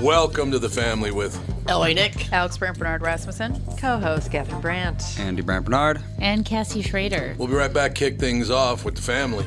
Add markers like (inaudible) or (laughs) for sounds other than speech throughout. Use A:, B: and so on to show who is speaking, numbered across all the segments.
A: Welcome to the family with
B: LA Nick.
C: Alex Brandt Bernard Rasmussen.
D: Co host Catherine Brandt.
E: Andy Brandt Bernard.
F: And Cassie Schrader.
A: We'll be right back, kick things off with the family.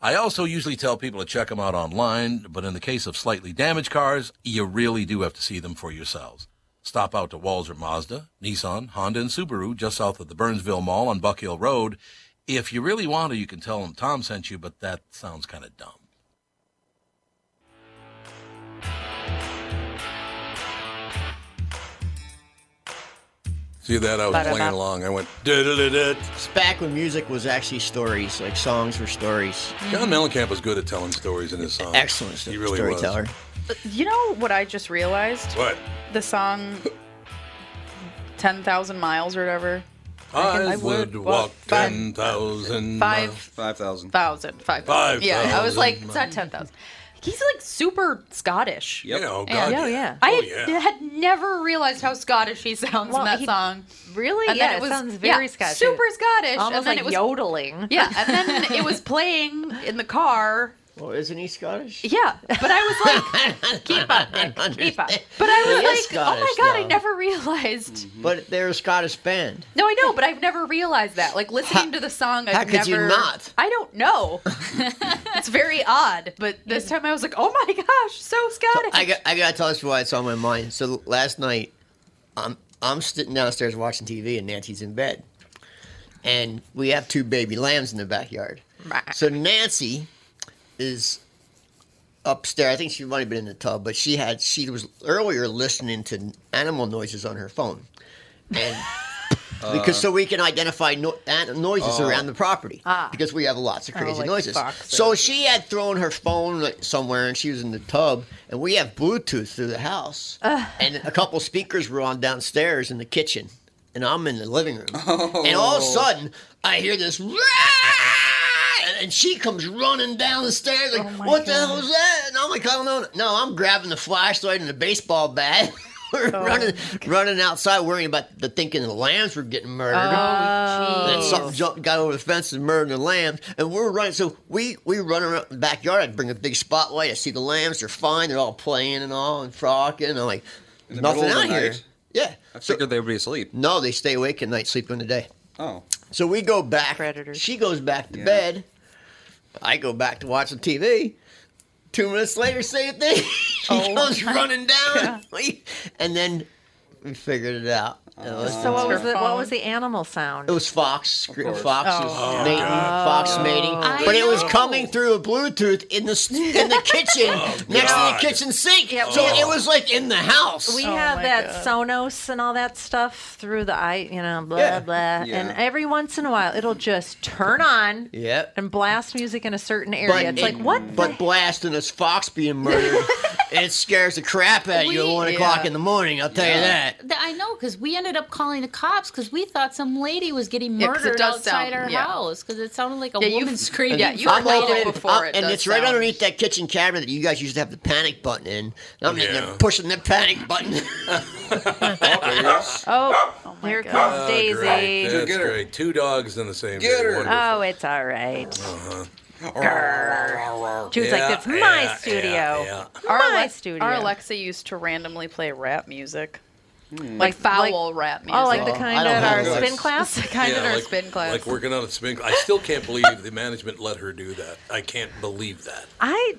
A: I also usually tell people to check them out online, but in the case of slightly damaged cars, you really do have to see them for yourselves. Stop out to Walzer Mazda, Nissan, Honda, and Subaru just south of the Burnsville Mall on Buck Hill Road. If you really want to, you can tell them Tom sent you, but that sounds kind of dumb. See that? I was
D: Ba-da-ba.
A: playing along. I went.
B: It's back when music was actually stories, like songs were stories.
A: John Mellencamp was good at telling stories in his songs.
B: Excellent sto-
A: He really
B: storyteller.
C: You know what I just realized?
A: was. What?
C: The song 10,000 Miles or whatever.
A: I,
C: I
A: would
C: would
A: walk
C: walk five-
A: ten thousand.
E: 5,000.
C: 5,000. 5,000.
A: Five
C: Yeah, I was
A: thousand
C: like, it's not 10,000. He's like super Scottish.
A: You know,
C: Yeah.
A: God,
D: Oh, yeah.
C: I
A: Oh,
C: had,
A: yeah.
C: had never realized how Scottish he sounds
D: Well,
C: in that
D: he-
C: song.
D: Really?
C: And
D: yeah,
C: then it was
D: sounds very
C: yeah,
D: Scottish.
C: Super Scottish.
D: Almost
C: and then
D: like
C: it was
D: yodeling.
C: Yeah, and then it was playing in the
D: (laughs)
C: car.
B: Well, isn't he Scottish?
C: Yeah, but I was like,
B: (laughs)
C: keep up, Nick, keep up. But I was
B: He is
C: like, oh my
B: Scottish,
C: god, I
B: though.
C: never realized.
B: But they're a Scottish band.
C: No, I know, but I've never realized that. Like listening to the song, I've
B: how could you
C: never.
B: not?
C: I
B: (laughs)
C: don't know. it's very odd, but this time I was like, oh my gosh, so
B: So
C: Scottish.
B: I, got, I gotta tell you why it's on my mind. So last night, I'm I'm sitting downstairs watching TV, and Nancy's in bed, and we have two baby lambs in the backyard. So Nancy is upstairs. I think she might have been in the tub, but she had she was earlier listening to animal noises on her phone, and. because so we can identify no, an, noises around the property because we have lots of crazy
C: like
B: noises.
C: foxes.
B: So she had thrown her phone like, somewhere and she was in the tub, and we have Bluetooth through the house, and a couple speakers were on downstairs in the kitchen, and I'm in the living room, and all of a sudden I hear this. "Rah!" and- And she comes running down the stairs like, "What the hell was that?" And I'm like, "I don't know." No, I'm grabbing the flashlight and the baseball bat, (laughs) We're running, running outside, worrying about the thinking the lambs were getting murdered. And then something jumped, got over the fence and murdered the lambs. And we're running. So we we run around the backyard. I bring a big spotlight. I see the lambs. They're fine. They're all playing and all and frolicking. I'm like,
E: the
B: nothing
E: middle
B: out
E: of the
B: here.
E: night?
B: Yeah.
E: I
B: So,
E: figured they would be asleep.
B: no, they stay awake at night, sleep during the day.
E: Oh.
B: So we go back.
D: Predators.
B: She goes back to
E: Yeah.
B: bed. I go back to watching TV. Two minutes later, same (laughs) thing. she comes running down. We- And then we figured it out. It was,
D: So what
C: It's
D: was
C: her
D: the what
C: phone.
D: was the animal sound?
B: it was Fox, scr-
E: course.
B: Fox was
C: Oh.
B: mating, Fox mating,
C: I
B: but it was
C: know.
B: coming through a Bluetooth in the s- in
D: (laughs)
B: the kitchen next to the
A: God.
B: kitchen sink.
D: Yeah,
B: so
D: we-
B: it was like in the house.
D: We
C: Oh
D: have
C: my God.
D: that Sonos and all that stuff through the eye, you know, blah
B: Yeah.
D: blah. And
E: Yeah.
D: every once in a while, it'll just turn on
B: yep.
D: and blast music in a certain area.
B: But
D: it's
B: it-
D: like what? the-
B: But blasting this fox being
C: (laughs)
B: murdered, it scares the crap out of you at
C: We-
B: one o'clock
C: yeah.
B: in the morning. I'll tell you
E: Yeah.
B: that.
F: Th- I know because we ended up calling the cops because we thought some lady was getting
C: Yeah, 'cause it
F: murdered
C: does
F: outside
C: sound-
F: our
C: yeah.
F: house because it sounded like a
C: Yeah, you-
F: woman (laughs)
C: (laughs)
F: screaming.
C: yeah, you
F: for
C: were like
F: help.
C: it
B: in-
C: before
B: I'm-
C: it
B: and
C: does
B: it's right
C: sound.
B: underneath that kitchen cabinet that you guys used to have the panic button in. And I'm in
A: Yeah.
B: there pushing the panic button.
C: (laughs)
D: oh, here comes Daisy.
A: Great. That's
E: Get her.
A: great. Two dogs in the same room.
E: Get her.
A: Wonderful.
D: Oh, it's all right. Grr. Oh, She was like, "That's my
A: yeah,
D: studio,
A: yeah.
D: my
C: Ale-
D: studio."
C: Our Alexa used to randomly play rap music,
D: Like-
B: Hmm.
C: like foul rap music.
D: oh, like the
B: I
D: kind
B: don't
D: at our
B: have those.
D: spin class.
C: the kind in our
A: like,
C: spin class.
A: Like working on a spin class. I still can't believe the management let her do that. I can't believe that.
D: I,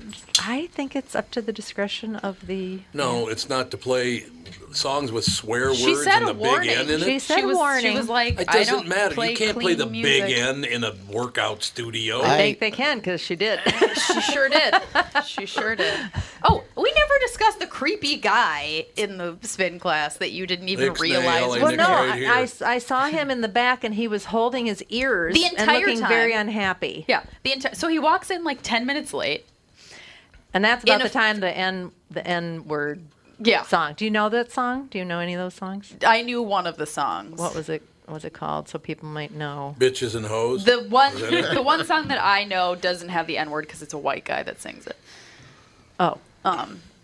D: I think it's up to the discretion of the.
A: No, it's not to play songs with swear
C: She
A: words
C: said
A: and the
C: a warning.
A: big N in it.
D: She said
C: she was,
D: warning.
C: She was like,
A: it
C: I
A: doesn't
C: don't
A: matter.
C: Play
A: you can't play the
C: clean
A: big
C: music.
A: N in a workout studio.
D: I
B: I-
D: think they can because
A: (laughs)
D: she did.
C: She sure did. She sure did. Oh, we never discussed the creepy guy in the spin class that you didn't even
A: Nick's
C: realize.
A: nail,
C: was-
D: well,
A: Nick's
D: no,
A: right here.
D: I, I, I saw him in the back and he was holding his ears
C: The
D: and
C: entire
D: looking very
C: time.
D: unhappy.
C: Yeah, the entire. So he walks in like ten minutes late.
D: And that's
C: In
D: about
C: a-
D: the time the N the N word
C: Yeah,
D: song. Do you know that song? Do you know any of those songs?
C: I knew one of the songs.
D: What was it? What was it called? So people might know.
A: Bitches and hoes.
C: the one? the one song that I know doesn't have the N word because it's a white guy that sings it.
D: Oh,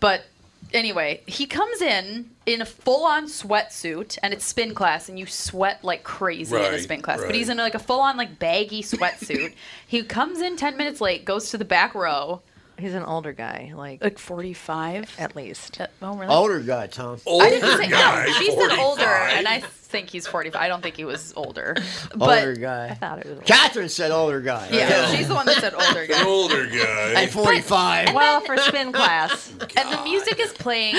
C: But anyway, he comes in in a full-on sweatsuit, and it's spin class, and you sweat like crazy in a
A: Right,
C: spin class.
A: right.
C: But he's in like a full-on like baggy (laughs) sweatsuit. he comes in ten minutes late, goes to the back row,
D: he's an older guy, like
C: like forty-five
D: at least.
C: Oh, really?
B: Older guy, Tom.
A: Older
C: I didn't say
A: guy,
C: no. She said
A: 45.
C: older, and I think he's forty-five. I don't think he was older, but
B: Older
D: I
B: guy.
D: thought it was.
B: Catherine said older guy.
C: yeah, she's the one that said older guy.
A: older
B: At
A: guy.
B: 45.
D: (laughs) Well, for
C: (laughs)
D: spin class,
C: And the music is playing.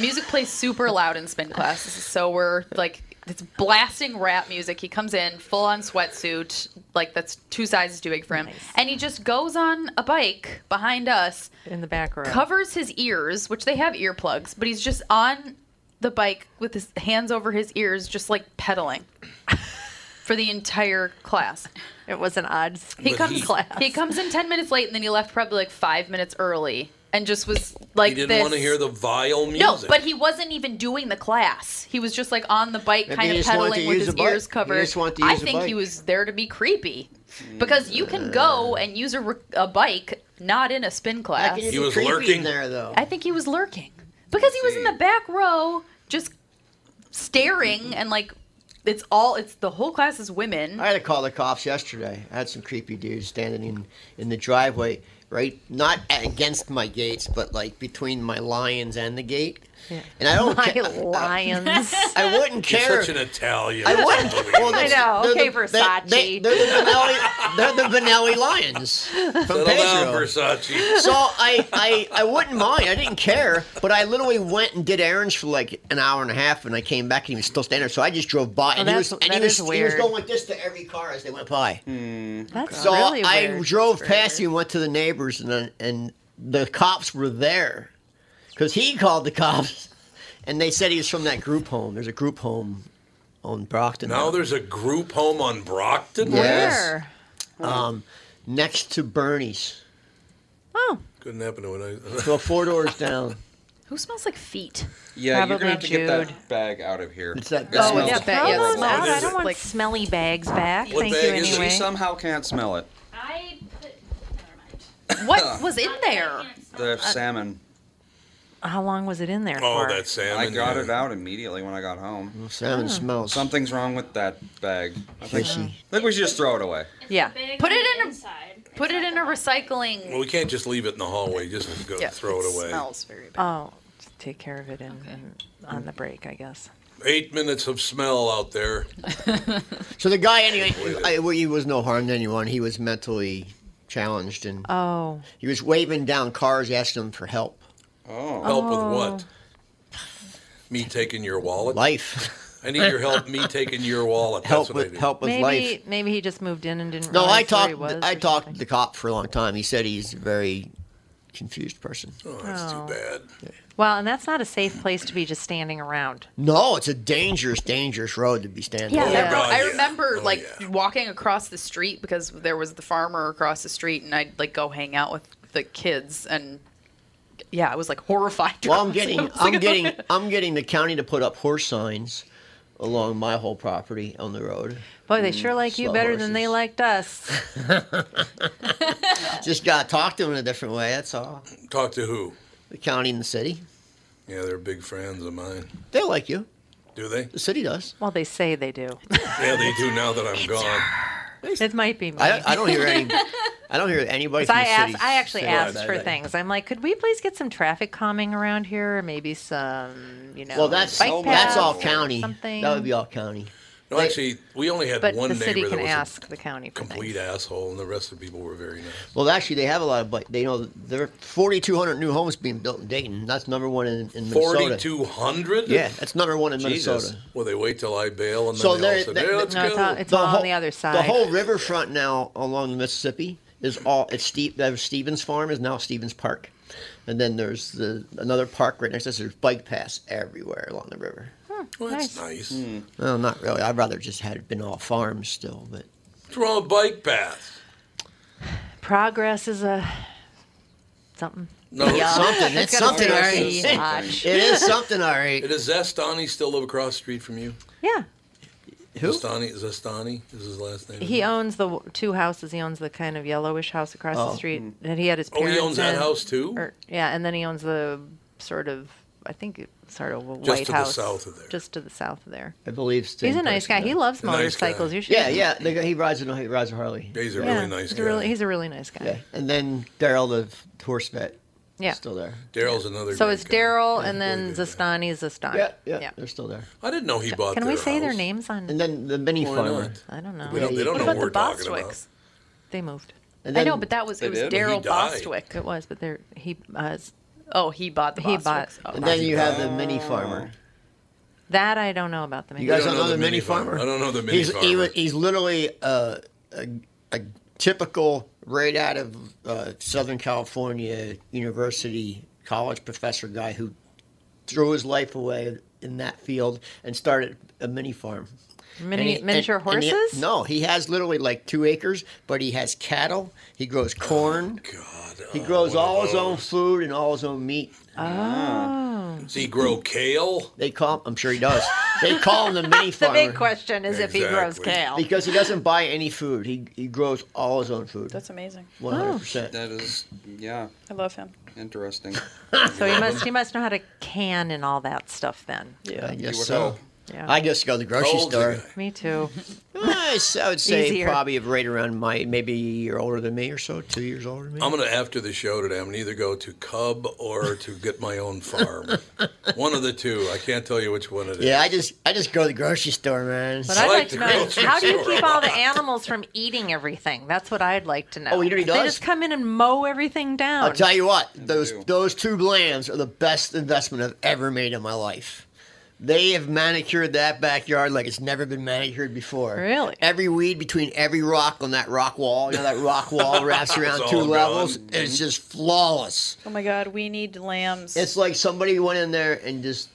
C: Music plays super loud in spin class, so we're like, it's blasting rap music. He comes in full on sweatsuit, like that's two sizes too big for him,
D: Nice.
C: and he just goes on a bike behind us,
D: in the back row.
C: covers his ears, which they have earplugs, but he's just on the bike with his hands over his ears, just like pedaling (laughs) for the entire class.
D: It was an odd
C: He
A: But
C: comes
A: he-
D: class.
C: He comes in ten minutes late, and then he left probably like five minutes early, and just was like
A: He didn't
C: this.
A: want to hear the vile music.
C: no, but he wasn't even doing the class. He was just like on the bike,
B: Maybe
C: kind
B: he
C: of
B: just wanted to
C: pedaling with
B: use
C: his
B: a bike.
C: ears
B: He
C: covered.
B: just wanted to
C: I
B: use a
C: think he
B: bike.
C: was there to be creepy, because you can go
B: Mm.
C: and use a, re- a bike not in a spin class.
B: He
A: was
B: was lurking
A: lurking.
B: in there though.
C: I think he was lurking because he was in the back row, just staring and like it's all it's the whole class is women.
B: I had to call the cops yesterday. I had some creepy dudes standing in, in the driveway, right? Not a- against my gates, but like between my lions and the gate. And I don't.
D: (laughs) My
C: (laughs)
B: ca-
D: lions.
B: I wouldn't
A: He's
B: care.
A: such an Italian.
B: (laughs) I wouldn't. Well,
D: (laughs) I
B: that's-
D: know.
B: they're
D: Okay,
B: the- they-
D: Versace.
B: They, are the Benelli. They're the Benelli lions from
A: Settle down,
B: Pedro.
C: (laughs)
A: Versace.
B: So I, I, I wouldn't mind. I didn't care. But I literally went and did errands for like an hour and a half, and I came back and he was still standing there. So I just drove by, and he
D: that's-
B: was, and he
D: that
B: was,
D: is
B: he was
D: weird.
B: going like this to every car as they went by.
D: That's
B: So
D: really
B: I
D: weird.
B: drove
D: Very
B: past
D: weird.
B: him, went to the neighbors, and then, and the cops were there because he called the (laughs) cops, and they said he was from that group home. There's a group home on Brockton.
A: Now there's a group home on Brockton.
B: Yes.
D: Where?
B: next to Bernie's,
D: Oh,
A: Couldn't happen to Oh, an (laughs)
B: (laughs) so four doors
D: (laughs)
B: down.
C: Who smells like feet?
E: Yeah, you're
D: Probably
E: gonna have to get that
D: Jude.
E: bag out of here.
B: It's that
E: It
B: bag.
E: smells-
C: yeah,
D: yeah,
C: bet- yeah,
D: throw
C: it
D: those
A: smells
D: out. I don't
A: like-
D: want smelly bags back.
A: What
D: Thank you
A: bag is it?
E: She
D: anyway.
E: somehow can't smell it.
F: I put. Never mind.
C: What was in there?
D: Uh,
E: The salmon.
D: How long was it in there
A: Oh,
D: for?
A: that salmon.
E: I got
A: yeah.
E: it out immediately when I got home.
B: Salmon smells.
E: Something's wrong with that bag. I think,
B: fishy.
E: I think we should just throw it away.
D: Yeah.
C: Put it in a-
F: inside.
C: Put it in a recycling.
A: Well, we can't just leave it in the hallway. Just go throw it away.
C: Smells very bad.
D: Oh, take care of it in, in- on the break, I guess.
A: Eight minutes of smell out there.
B: So the guy, anyway, I, well, he was no harm to anyone. He was mentally challenged, and
D: Oh,
B: he was waving down cars, asking them for help.
E: Oh.
C: Oh.
A: Help with what? Me taking your wallet?
D: (laughs)
B: Life.
A: I need your help. Me taking your wallet. That's
B: (laughs) help
A: what I
B: with
A: do.
B: help with
D: maybe
B: life.
D: maybe he just moved in and didn't.
B: No, I
D: realize where he
B: talked.
D: was
B: I
D: or
B: talked to
D: something.
B: the cop for a long time. He said he's a very confused person.
A: Oh, that's
D: Oh.
A: too bad.
D: Well, and that's not a safe place to be just standing around.
B: No, it's a dangerous, dangerous road to be standing.
C: Yeah,
B: on.
C: that
A: yeah.
C: road- I
A: Oh, yeah.
C: remember
A: Oh,
C: like
A: yeah.
C: walking across the street because there was the farmer across the street, and I'd like go hang out with the kids, and yeah, I was like horrified.
B: Well, I'm
C: crossing. (laughs) I
B: getting,
C: was
B: I'm
D: (laughs)
C: like,
B: getting, I'm getting the county to put up horse signs along my whole property on the road.
D: Boy, they sure like you
B: slow
D: better than they
B: Hmm, horses.
D: liked us.
B: (laughs) Just got to talk to them in a different way. That's all.
A: Talk to who?
B: The county and the city,
A: Yeah, they're big friends of mine.
B: they like you.
A: Do they?
B: The city does.
D: Well, they say they do.
A: Yeah, they do now that I'm gone.
D: It might be me.
B: I, I don't hear
D: (laughs)
B: any. I don't hear anybody.
D: 'Cause
B: From
D: I
B: the
D: asked.
B: city
D: I actually
B: say
D: asked
B: that.
D: for things. I'm like, could we please get some traffic calming around here, or maybe some, you know,
B: Well, that's
D: bike
E: so much
B: that's
D: paths
B: all
D: or
B: county.
D: Something.
B: That would be all county.
A: No,
B: They-
A: actually, we only had
D: But
A: one
D: the city
A: neighbor
D: can
A: that was
D: ask the county
A: a
D: for
A: complete
D: things.
A: asshole, and the rest of the people were very nice.
B: Well, actually, they have a lot of. But they know there are 4,200 new homes being built in Dayton. That's number one in, in Minnesota.
A: Forty-two hundred.
B: Yeah, that's number one in
E: Jesus.
B: Minnesota.
A: Well, they wait till I bail, and then they
B: So
A: all
B: they're-
A: said,
B: they-
A: "Yeah, let's
D: No, it's
A: go."
D: all, it's all on the other side.
B: The whole riverfront now along the Mississippi is all it's Steve. There's Stevens Farm is now Stevens Park, and then there's the another park right next to us. There's bike paths everywhere along the river.
A: well, that's nice.
B: Well, not really. I'd rather just had it been all farms still,
D: (laughs)
B: but
A: What's wrong with bike paths?
D: Progress is a something.
A: No,
B: something. It's,
D: gotta
B: something,
D: be
B: all
D: a
B: right.
E: something.
B: It
D: lodge. (laughs)
B: is something, all right.
A: Does Zestani still live across the street from you?
D: Yeah,
B: Who?
A: Zestani, Zestani is his last name.
D: he owns the w- two houses. He owns the kind of yellowish house across
B: Oh.
D: the street that he had his
A: Oh,
D: parents.
A: he owns that
D: in,
A: house too.
D: or- yeah, and then he owns the sort of I think it- sort of a white
A: to the
D: house
A: south of there.
D: just to the south of there.
B: I believe it's the
D: He's a
B: same
D: nice guy.
B: person,
D: He
B: though.
D: loves
A: A nice guy.
D: motorcycles. You should.
B: Yeah, yeah. The guy, he rides a he rides a Harley.
A: Yeah, he's a
D: Yeah,
A: really nice
D: he's
A: guy.
D: A really, he's a really nice guy.
B: Yeah, and then Daryl the f- horse vet.
D: Yeah.
B: still there.
A: Daryl's another.
D: So
A: great
D: it's
A: guy.
D: Daryl
A: He's
D: and
A: a really
D: then
A: good guy.
D: Zastani, Zastani.
B: Yeah, yeah, they're still there.
A: I didn't know he bought.
D: Can we say their
A: house.
D: names on?
B: And then the mini
A: Why
B: farmer.
A: not?
D: I don't
A: We
D: know.
A: don't, they don't
C: what
A: know
C: about
A: what
C: the
A: we're talking about.
C: Bostwicks?
D: They moved.
B: And
C: I
B: then
C: know, but that was
E: They
C: it was
E: did?
A: He
C: Daryl
A: died.
D: It
C: Bostwick.
D: was, but they're he. Uh, s-
C: Oh, he bought the
D: He
C: Bostwicks.
D: bought-
C: Oh,
B: And then you have the mini farmer.
D: that I don't know about them.
B: You
A: I
B: guys
A: don't
B: don't
A: know
B: know the
A: the
B: mini
A: mini farmer.
B: farmer?
A: I don't know the mini
B: He's he,
A: farmer.
B: wa- he's literally uh, a, a typical right out of uh, Southern California University college professor guy who threw his life away in that field and started a mini farm. And
D: Mini,
B: he-
D: miniature
B: and- and he-
D: horses.
B: no, he has literally like two acres, but he has cattle. He grows corn.
A: God,
B: he
A: oh,
B: grows
A: one of
B: all his own
A: those.
B: food and all his own meat.
D: Oh.
A: Does he grow kale?
B: They call, I'm sure he does. They call
D: (laughs)
B: him the mini
D: The
B: farmer.
D: big question is if he grows
A: Exactly.
D: kale.
B: Because he doesn't buy any food. He he grows all his own food.
C: That's amazing.
B: one
D: oh.
B: hundred percent.
E: That is, yeah,
C: I love him.
E: interesting.
D: So he must he must know how to can and all that stuff then.
B: I
E: You
B: guess
E: would
B: so.
E: hope.
D: Yeah.
B: I guess go to the grocery
A: Told
B: store.
A: you.
D: Me too.
B: Eh, so I would say
D: Easier.
B: probably right around my maybe a year older than me or so, two years older than me.
E: Um,
A: I'm gonna after the show today. I'm gonna either go to Cub or to get my own
B: (laughs)
A: farm. one of the two. I can't tell you which one it is.
B: yeah, I just I just go to the grocery store, man.
D: But
A: I
D: I'd
A: like
D: like
A: the
D: to know
A: grocery
D: how do you
A: store a
D: keep all the
A: lot.
D: animals from eating everything? That's what I'd like to know.
B: Oh, he already
D: If They
B: does.
D: just come in and mow everything down.
B: I'll tell you what, those
E: do.
B: those two lambs are the best investment I've ever made in my life. They have manicured that backyard like it's never been manicured before.
D: Really?
B: Every weed between every rock on that rock wall, you know that
E: (laughs)
B: rock wall wraps around
A: It's
B: two
A: all gone.
B: levels. It's just flawless.
C: Oh my God, we need lambs.
B: It's like somebody went in there and just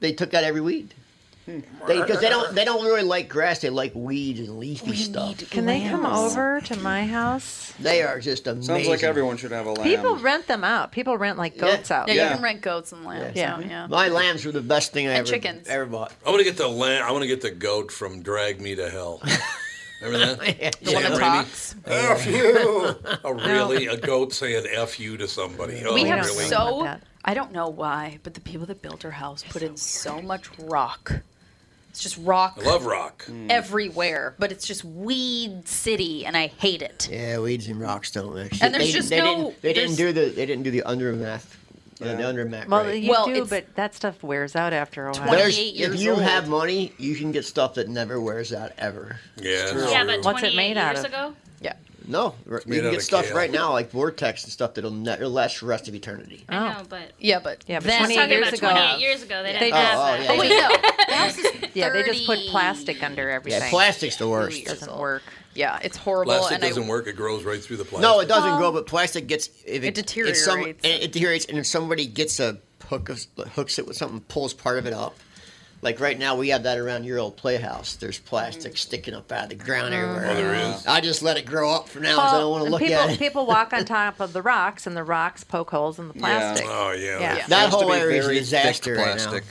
B: they took out every weed.
E: Hmm.
B: Because they, don't they don't really like grass, they like weed and leafy stuff.
D: Can they come over to my house?
B: They are just amazing.
E: Sounds like everyone should have a lamb.
D: People rent them out. People rent like
B: Yeah.
D: goats out.
C: yeah,
E: Yeah.
C: you can rent goats and lambs.
D: Yeah.
C: Yeah, yeah.
B: My lambs were the best thing I
C: And
B: ever
C: chickens.
B: ever bought. (laughs)
A: I want to get the lamb. I want to get the goat from Drag Me to Hell. Remember
B: (laughs)
A: that?
C: The one that
A: Sam Raimi.
C: talks.
A: F you. A really a goat saying F you to somebody. Oh,
C: We
D: We
C: have
D: don't
A: really?
D: know about
C: so
D: that.
C: I don't know why, but the people that built our house put in so much rock. It's just rock
A: I love rock.
B: Mm,
C: Mm. everywhere, but it's just weed city, and I hate it.
B: Yeah, weeds and rocks don't actually.
C: And there's
B: they,
C: just
B: they
C: no-
B: Didn't, they didn't do
C: there's-
B: the. They didn't do the undermath. uh,
E: Yeah.
B: The undermath.
D: Well,
B: right.
D: you
C: Well,
D: do,
C: it's-
D: but that stuff wears out after a while.
B: there's,
C: There's- 28
B: if
C: years
B: you
C: old.
B: have money, you can get stuff that never wears out ever.
A: Yeah.
F: Yeah, but
D: What's it
F: 28
D: made out
F: years
D: of?
F: ago,
C: Yeah,
B: No, r-
E: made out
B: you can get
E: of
B: stuff
E: kale.
B: right now like vortex and stuff that'll ne- it'll last the rest of eternity.
D: Oh.
F: I know, but
C: Yeah, but
D: Yeah, but
C: then-
F: I was
D: 28
F: talking
D: years
F: about
D: ago.
F: 28 years ago. They
D: They
F: didn't
D: just-
F: have
B: Oh, oh,
F: that.
B: yeah.
C: Oh, wait, no. That's just-
D: Yeah, they just put
F: 30.
D: plastic under everything.
B: Yeah, plastic's the worst.
C: Years
D: doesn't
C: old.
D: work.
C: yeah, it's horrible.
A: Plastic
C: and I-
A: doesn't work. It grows right through the plastic.
B: No, it doesn't go, but plastic gets if it,
C: It
B: If some,
C: deteriorates.
B: it, it deteriorates, and if somebody gets a hook of, hooks it with something, pulls part of it up. Like right now, we have that around your old playhouse. There's plastic sticking up out of the ground everywhere.
E: Oh, there is?
B: I just let it grow up for now, 'cause I don't want to
D: and
B: look
D: people,
B: at it.
D: people
B: (laughs)
D: walk on top of the rocks, and the rocks poke holes in the plastic.
A: Oh yeah.
D: Yeah.
A: that's-
B: that
E: Used to
B: whole
E: be
B: area is a
E: very thick
B: disaster right now.
E: plastic.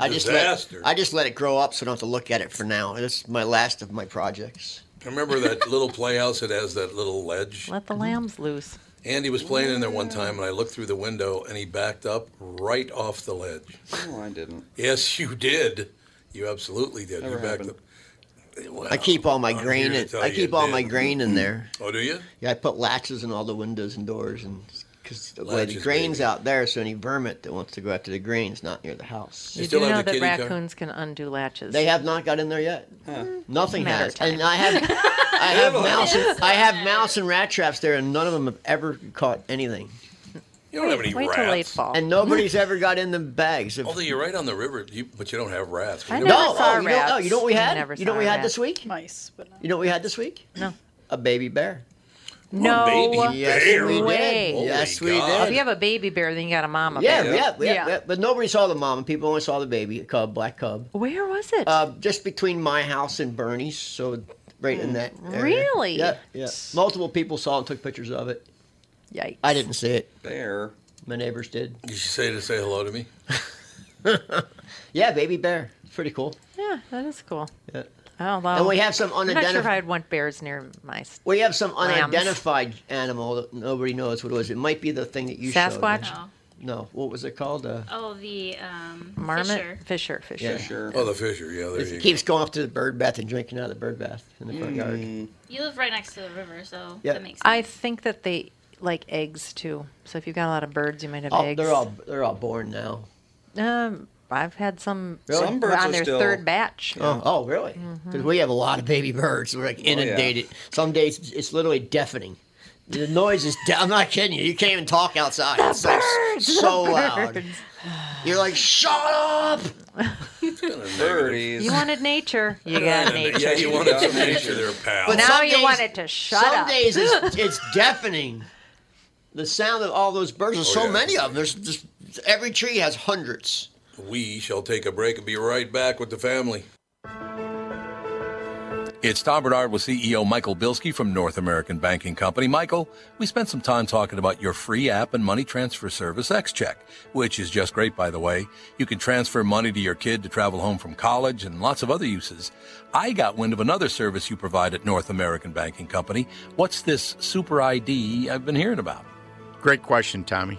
B: I just
A: Disaster.
B: let I just let it grow up, so I don't have to look at it for now. It's my last of my projects.
A: I remember that little playhouse that has that little ledge.
D: Let the lambs loose.
A: Andy was playing in there one time, and I looked through the window, and he backed up right off the ledge. (laughs)
E: No, I didn't.
A: Yes, you did. You absolutely did.
E: Never
A: you backed
E: happened.
A: up. Well,
B: I
E: Oh,
B: keep all my
A: I'm
B: grain.
A: here to
B: In,
A: tell
B: I
A: you
B: keep
A: it
B: all
A: did.
B: my grain in there.
A: Oh, do you?
B: Yeah, I put latches in all the windows and doors, and because the
A: Latches,
B: grain's
A: baby.
B: out there, so any vermin that wants to go after the grain's not near the house.
A: You
D: You,
A: still
D: do
A: have
D: know
A: the
D: that
A: kitty car?
D: raccoons can undo latches.
B: They have not got in there yet. Nothing
D: Mm, Matter
B: has,
D: of time.
B: and I have,
D: (laughs)
B: I have mouse, and, I have mouse and rat traps there, and none of them have ever caught anything,
A: You don't have any
D: Wait
A: rats.
D: till late fall.
B: and nobody's ever got in the bags. Of,
A: Although you're right on the river, you, but you don't have rats. We
D: I
A: never-
D: never
B: no,
D: saw
B: oh, you don't, oh, you know what we
D: rats.
B: had?
D: Never
B: you know
D: saw
B: what we
D: a
B: had
D: rat.
B: this week?
C: mice, but
B: You know what we had this week?
D: no.
B: A baby bear.
D: No.
A: baby.
B: Yes,
A: Bear.
B: we
D: Way.
B: did.
A: Holy
B: yes, we
A: God.
B: did.
D: Oh, if you have a baby bear, then you got a mama
B: Yeah,
D: bear.
B: yeah, yeah,
C: Yeah.
B: yeah. But nobody saw the mom, and people only saw the baby, a cub, black cub.
D: Where was it?
B: Uh, just between my house and Bernie's, so right in that. Area.
D: Mm. Really?
B: Yeah, yeah. Multiple people saw it and took pictures of it.
D: Yikes.
B: I didn't see it. (laughs)
E: There.
B: My neighbors did.
A: Did she say to say hello to me?
B: Yeah, baby bear. It's pretty cool.
D: Yeah, that is cool.
B: Yeah.
D: Oh, well.
B: And we have some
D: I'm not sure if
B: unidentified.
D: I'd want bears near my s-
B: We have some
D: Lambs.
B: unidentified animal that nobody knows what it was. It might be the thing that you
D: Sasquatch?
B: showed.
F: No.
B: No, what was it called? Uh,
F: Oh, the um,
D: marmot.
F: Fisher.
D: Fisher, fisher.
B: Yeah.
E: Sure.
A: Oh, the fisher. Yeah, there you
B: it keeps going off to the bird bath and drinking out of the bird bath in the front yard.
D: Mm.
F: You live right next to the river, so
B: Yeah.
F: that makes sense.
D: I think that they like eggs too. So if you've got a lot of birds, you might have
B: Oh,
D: eggs.
B: they're all they're all born now.
D: Um, I've had some.
B: Really?
E: Some birds
D: on
E: are
D: their
E: still-
D: third batch.
B: Oh, oh, really?
D: Mm-hmm.
B: Because we have a lot of baby birds. We're
A: Oh,
B: like inundated. Some days it's- it's literally deafening. The noise is. De- I'm not kidding you. You can't even talk outside. It's like s- so loud.
D: Birds.
B: You're like, shut up.
A: go.
E: Birdies.
D: You
A: (laughs)
D: wanted nature. You got nature.
A: Yeah, you wanted some nature there, pal.
B: But
D: Now
B: Some
D: you
B: days-
D: want it to shut
B: Some
D: up.
B: days
D: (laughs)
B: it's, it's deafening. The sound of all those birds. There's
A: Oh,
B: so
A: yeah.
B: many of them. There's just every tree has hundreds.
A: We shall take a break and be right back with the family. It's Tom Bernard with CEO Michael Bilski from North American Banking Company. Michael, we spent some time talking about your free app and money transfer service, XCheck, which is just great, by the way. You can transfer money to your kid to travel home from college and lots of other uses. I got wind of another service you provide at North American Banking Company. What's this Super ID I've been hearing about?
G: Great question, Tommy.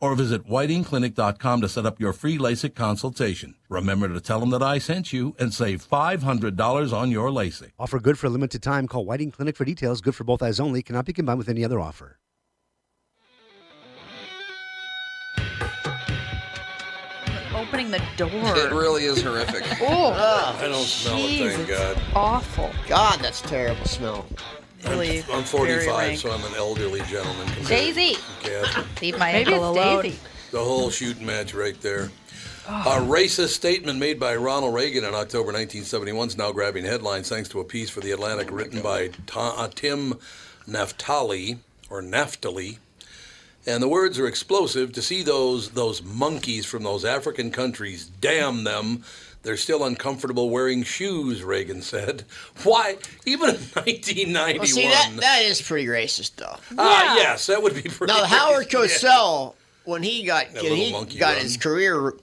A: or visit whitingclinic.com to set up your free LASIK consultation. Remember to tell them that I sent you and save $500 on your LASIK.
H: Offer good for a limited time. Call Whiting Clinic for details. Good for both eyes only. Cannot be combined with any other offer.
C: Oh opening the
E: It
C: door.
E: really is horrific.
C: Oh,
A: I don't smell
C: jeez,
A: it, thank
C: it's
A: God.
C: awful.
B: God, that's terrible smell.
C: Really,
A: I'm
C: very
A: 45,
C: rank.
A: so I'm an elderly gentleman. compared to
C: Daisy,
A: Catherine.
C: leave my
D: Maybe
C: ankle
D: it's
C: alone.
D: Daisy.
A: The whole shooting match right there.
B: Ah.
A: A racist statement made by Ronald Reagan in October 1971 is now grabbing headlines thanks to a piece for The
B: Oh
A: Atlantic written by Ta- uh, Tim Naftali, or Naftali. And the words are explosive. To see those those monkeys from those African countries, damn them. They're still uncomfortable wearing shoes, Reagan said. (laughs) Why? Even in (laughs) 1991.
B: Well, see, Oh, that, that is pretty racist, though.
A: Ah, yes, that would be pretty. (laughs)
B: Now, Howard
A: racist.
B: Cosell, when he got
A: That
B: when
A: little
B: he
A: monkey
B: got
A: run.
B: his career ru-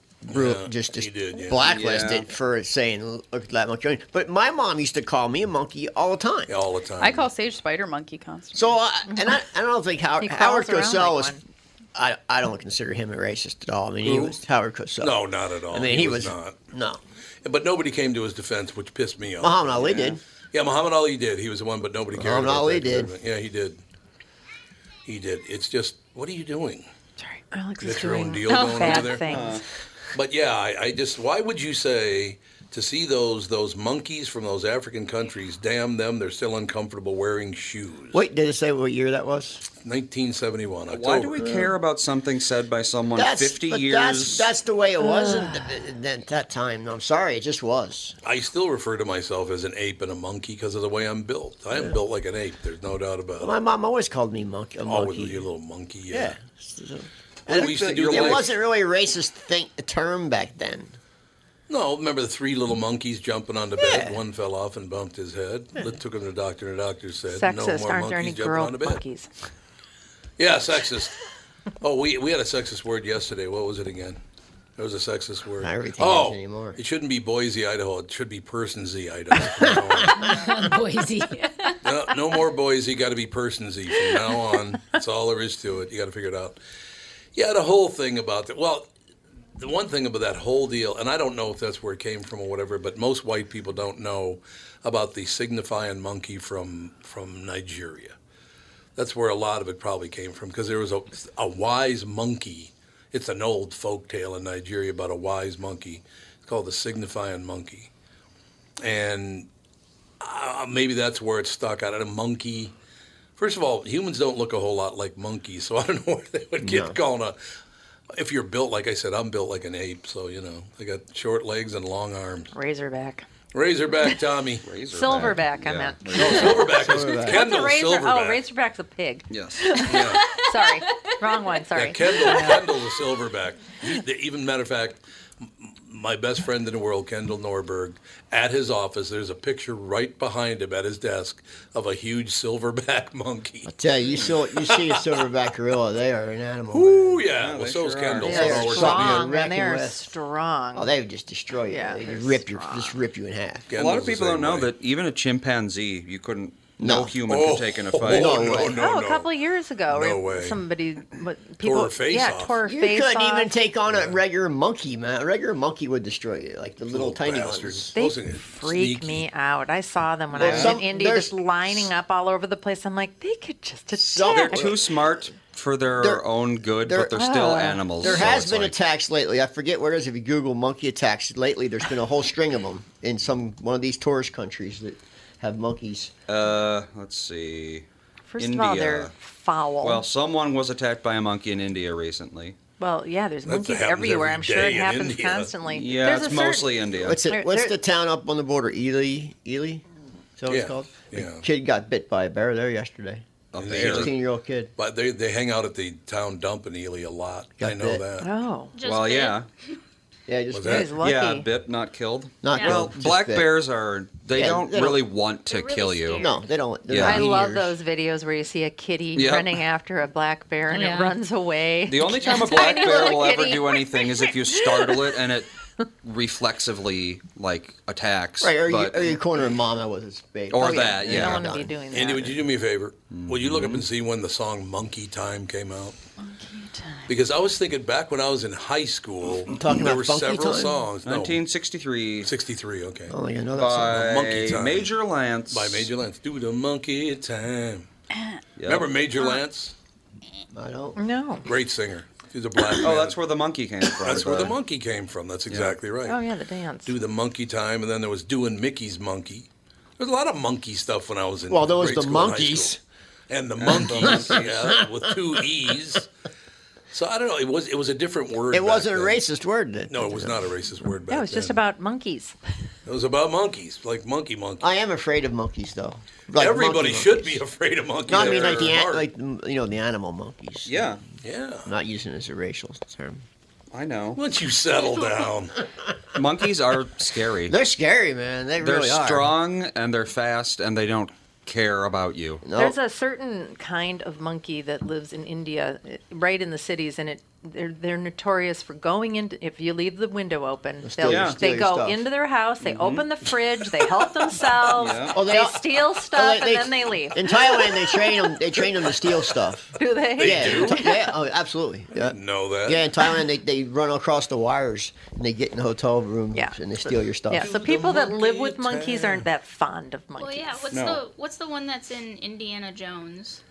A: Yeah,
B: just,
A: he
B: just
A: did, yeah.
B: blacklisted
E: Yeah.
B: for saying "look at that monkey," but my mom used to call me a monkey all the time.
A: Yeah, all the time.
C: I call Sage Spider Monkey constantly.
B: So, uh, and I, I don't think Howard,
D: He
B: Howard
D: crawls around
B: Cosell
D: like
B: was.
D: one.
B: I, I don't consider him a racist at all. I mean, he
A: Who?
B: was Howard Cosell.
A: No, not at all.
B: I mean, he, was,
A: not.
B: no.
A: But nobody came to his defense, which pissed me off.
B: Muhammad Ali did.
A: Yeah, Muhammad Ali did. He was the one, but nobody cared.
B: Muhammad
A: about
B: Ali
A: that
B: did.
A: commitment. Yeah, he did. He did. It's just, what are you doing?
D: Sorry, Alex
A: You
D: is
A: got your own
D: doing
A: deal going over
D: bad
A: there. Uh,
D: things.
A: But yeah, I, I just, why would you say to see those those monkeys from those African countries? Damn them, they're still uncomfortable wearing shoes.
B: Wait, did it say what year that was?
A: 1971. October.
E: Why do we care about something said by someone 50
B: but
E: years?
B: That's, that's the way it was in th- th- at that time. I'm sorry, it just was.
A: I still refer to myself as an ape and a monkey because of the way I'm built. I am built like an ape. There's no doubt about it.
B: My mom always called me monkey. A
A: Always
B: monkey.
A: with your little monkey.
B: yeah.
A: Yeah.
B: And
A: we used to
E: that
A: do
E: your
A: the
B: it
E: life-
A: lights-
B: wasn't really a racist thing, a term back then.
A: No, remember the three little monkeys jumping on the bed?
B: Yeah.
A: One fell off and bumped his head. It Took him to the doctor, and the doctor said, "No more
D: Sexist.
A: monkeys
D: Aren't there any
A: jumping
D: girl
A: on the bed."
D: monkeys? (laughs)
A: Yeah, sexist. oh, we we had a sexist word yesterday. What was it again? There was a sexist word.
B: Not everything is
A: oh,
B: anymore.
A: it shouldn't be Boise, Idaho. It should be Persons-y,
B: (laughs)
F: (laughs)
A: Idaho.
F: Boise. (laughs)
A: no, no more Boise. Got to be Persons-y from now on. That's all there is to it. You got to figure it out. Yeah, the whole thing about that. Well, the one thing about that whole deal, and I don't know if that's where it came from or whatever, but most white people don't know about the signifying monkey from from Nigeria. That's where a lot of it probably came from because there was a, a wise monkey. It's an old folk tale in Nigeria about a wise monkey. It's called the signifying monkey, and uh, maybe that's where it stuck. Out of a monkey. First of all, humans don't look a whole lot like monkeys, so (laughs) I don't know where they would get called a if you're built like I said, I'm built like an ape, so you know I got short legs and long arms. (laughs)
D: Razorback.
A: Razorback Tommy,
D: Silverback, I meant.
A: no silverback is Kendall
D: Razor-
A: silverback.
D: Oh, Razorback's a pig.
E: (laughs) Yes.
A: Yeah.
D: (laughs) Sorry. Wrong one.
A: Yeah,
D: Sorry.
A: Kendall,
D: (laughs)
A: Kendall's a silverback. He, the, even matter of fact, m- my best friend in the world, Kendall Norberg, at his office, there's a picture right behind him at his desk of a huge silverback (laughs) monkey.
B: Tell you, you, saw, you see a silverback gorilla, they are an animal. man.
A: Ooh, yeah.
E: Yeah,
A: well,
E: they
A: so is
E: sure are.
A: Kendall.
D: They
A: So it
D: are
A: all works out in the end.
D: strong. And they are
B: Wrecking with-
D: strong.
B: Oh, they would just destroy you.
D: Yeah,
B: They'd
D: they're
B: rip you,
D: strong.
B: just rip you in half.
E: A
A: Kendall's
E: lot of
A: the
E: people don't
A: same
E: know
A: way.
E: that even a chimpanzee, you couldn't.
B: No.
E: No human could take in a fight.
A: (laughs) Oh,
B: No
A: no,
B: way.
A: no,
D: oh, a
A: no.
D: couple years ago,
A: No
D: we-
A: way.
D: somebody what, people
A: her face
D: yeah,
A: off.
D: tore her
B: You
D: face
B: couldn't
D: off.
B: even take on a regular monkey, man. A regular monkey would destroy you, like the little, tiny
A: bastards.
B: ones.
D: They
A: Those things are
D: freak
A: sneaky.
D: me out. I saw them when I was
B: some-
D: in India, just
B: there's-
D: lining up all over the place. I'm like, they could just
B: Some-
E: They're
D: attack.
E: too smart for their
B: They're-
E: own good,
B: they're-
E: but they're still
D: Ah.
E: animals.
B: There
E: so
B: has
E: it's
B: been
E: like,
B: attacks lately. I forget where it is. If you Google monkey attacks lately, there's been a whole string of them in some one of these tourist countries that have monkeys.
E: Uh, let's see.
D: First of all, they're
E: India.
D: foul.
E: Well,
D: Well,
E: someone was attacked by a monkey in India recently.
D: yeah, there's
A: That
D: monkeys
A: happens
D: everywhere.
A: every
D: I'm sure it
A: day in
D: happens
A: India.
D: constantly.
E: Yeah,
D: there's
E: it's
D: a certain-
E: mostly India.
B: What's
D: There-
B: it? What's
D: there-
B: the town up on the border? Ely, Ely. Is that what
A: Yeah,
B: it's called?
A: yeah.
B: A kid got bit by a bear there yesterday.
E: Up
A: Is
E: there.
A: it-
B: Sixteen year old kid.
A: But they, they hang out at the town dump in Ely a lot. I
B: Got
A: know
B: that.
A: that.
D: Oh,
F: Just
E: Well,
F: bit.
E: yeah.
B: Yeah, just
A: Was that-
D: he's lucky.
E: Yeah, bit, not killed.
B: not
F: Yeah.
B: good,
E: Well,
B: just
E: black
B: bit.
E: bears are, they
B: Yeah,
E: don't
B: they don't-
E: really want to
F: They're really
E: kill you.
F: scared.
B: No, they don't. they're
E: Yeah.
B: not
D: I love
B: eaters.
D: those videos where you see a kitty
E: Yep.
D: running after a black bear and
F: Yeah.
D: it runs away.
E: The only time a black
F: Tiny
E: bear
F: little
E: will ever
F: kitty.
E: do anything is if you startle it and it reflexively, like, attacks.
B: Right, or you,
E: but
B: or you cornering mama with his baby.
E: Or that,
D: you
E: yeah.
D: Oh, don't want to be doing that.
A: Andy, would you do me a favor? Will you look up
B: Mm-hmm.
A: and see when the song Monkey Time came out? Because I was thinking back when I was in high school,
B: talking
A: there
B: about
A: were
B: Funky
A: several
B: Time?
A: songs. No,
E: 1963
A: 63, okay.
B: Oh, you know that's
E: by
A: Monkey Time.
E: Major Lance.
A: By Major Lance. Do the Monkey Time.
E: Yep.
D: Uh-huh.
A: Remember Major Lance?
B: I don't.
D: No.
A: Great singer. He's a black
E: Oh,
A: man.
E: that's where the
A: (laughs)
E: monkey came from. uh,
A: That's where the monkey came from. That's exactly right.
D: Oh yeah, the dance.
A: Do the monkey time, and then there was doing Mickey's monkey. There's a lot of monkey stuff when I was in.
B: Well, there was
A: grade
B: the
A: school and high
B: monkeys.
A: school. and the
E: the
A: monkeys,
E: monkeys.
A: yeah, with two e's. So I don't know. It was it was a different word.
B: It
A: back
B: wasn't a
A: then.
B: racist word. That,
A: uh, No, it was not a racist word back
D: No, it's just
A: then.
D: about monkeys.
A: It was about monkeys, like monkey monkey.
B: I am afraid of monkeys, though. Like
A: Everybody
B: monkey
A: should
B: monkeys.
A: be afraid of monkeys.
B: No, I mean
A: They're
B: like the an,
A: hard.
B: like you know the animal monkeys.
E: Yeah,
A: yeah.
B: I'm not using it as a racial term.
E: I know.
A: Once you settle down,
E: Monkeys are scary.
B: They're scary, man. They
E: They're
B: really are.
E: strong and they're fast and they don't care about you.
B: No,
D: There's a certain kind of monkey that lives in India, eh, right in the cities, and it they're, they're notorious for going into. If you leave the window open,
B: steal
D: they'll,
E: your-
B: steal
D: they
B: your
D: go
B: stuff.
D: into their house, they open the fridge, they
B: (laughs)
D: help themselves,
E: Yeah.
B: Oh,
D: they,
B: they all-
D: steal stuff,
B: Oh,
D: and then they leave.
B: In Thailand, they train them. They train them to steal stuff.
D: (laughs) Do (laughs) they?
B: yeah, in Tha- (laughs) yeah, oh, absolutely. Yeah.
A: know that.
B: Yeah, in Thailand they, they run across the wires and they get in the hotel rooms
D: Yeah.
B: and they steal your stuff.
D: Yeah, so
A: the
D: people that live with
A: monkey
D: monkeys
A: attack.
D: aren't that fond of monkeys.
G: Well, yeah. What's
E: No.
G: the what's the one that's in Indiana Jones?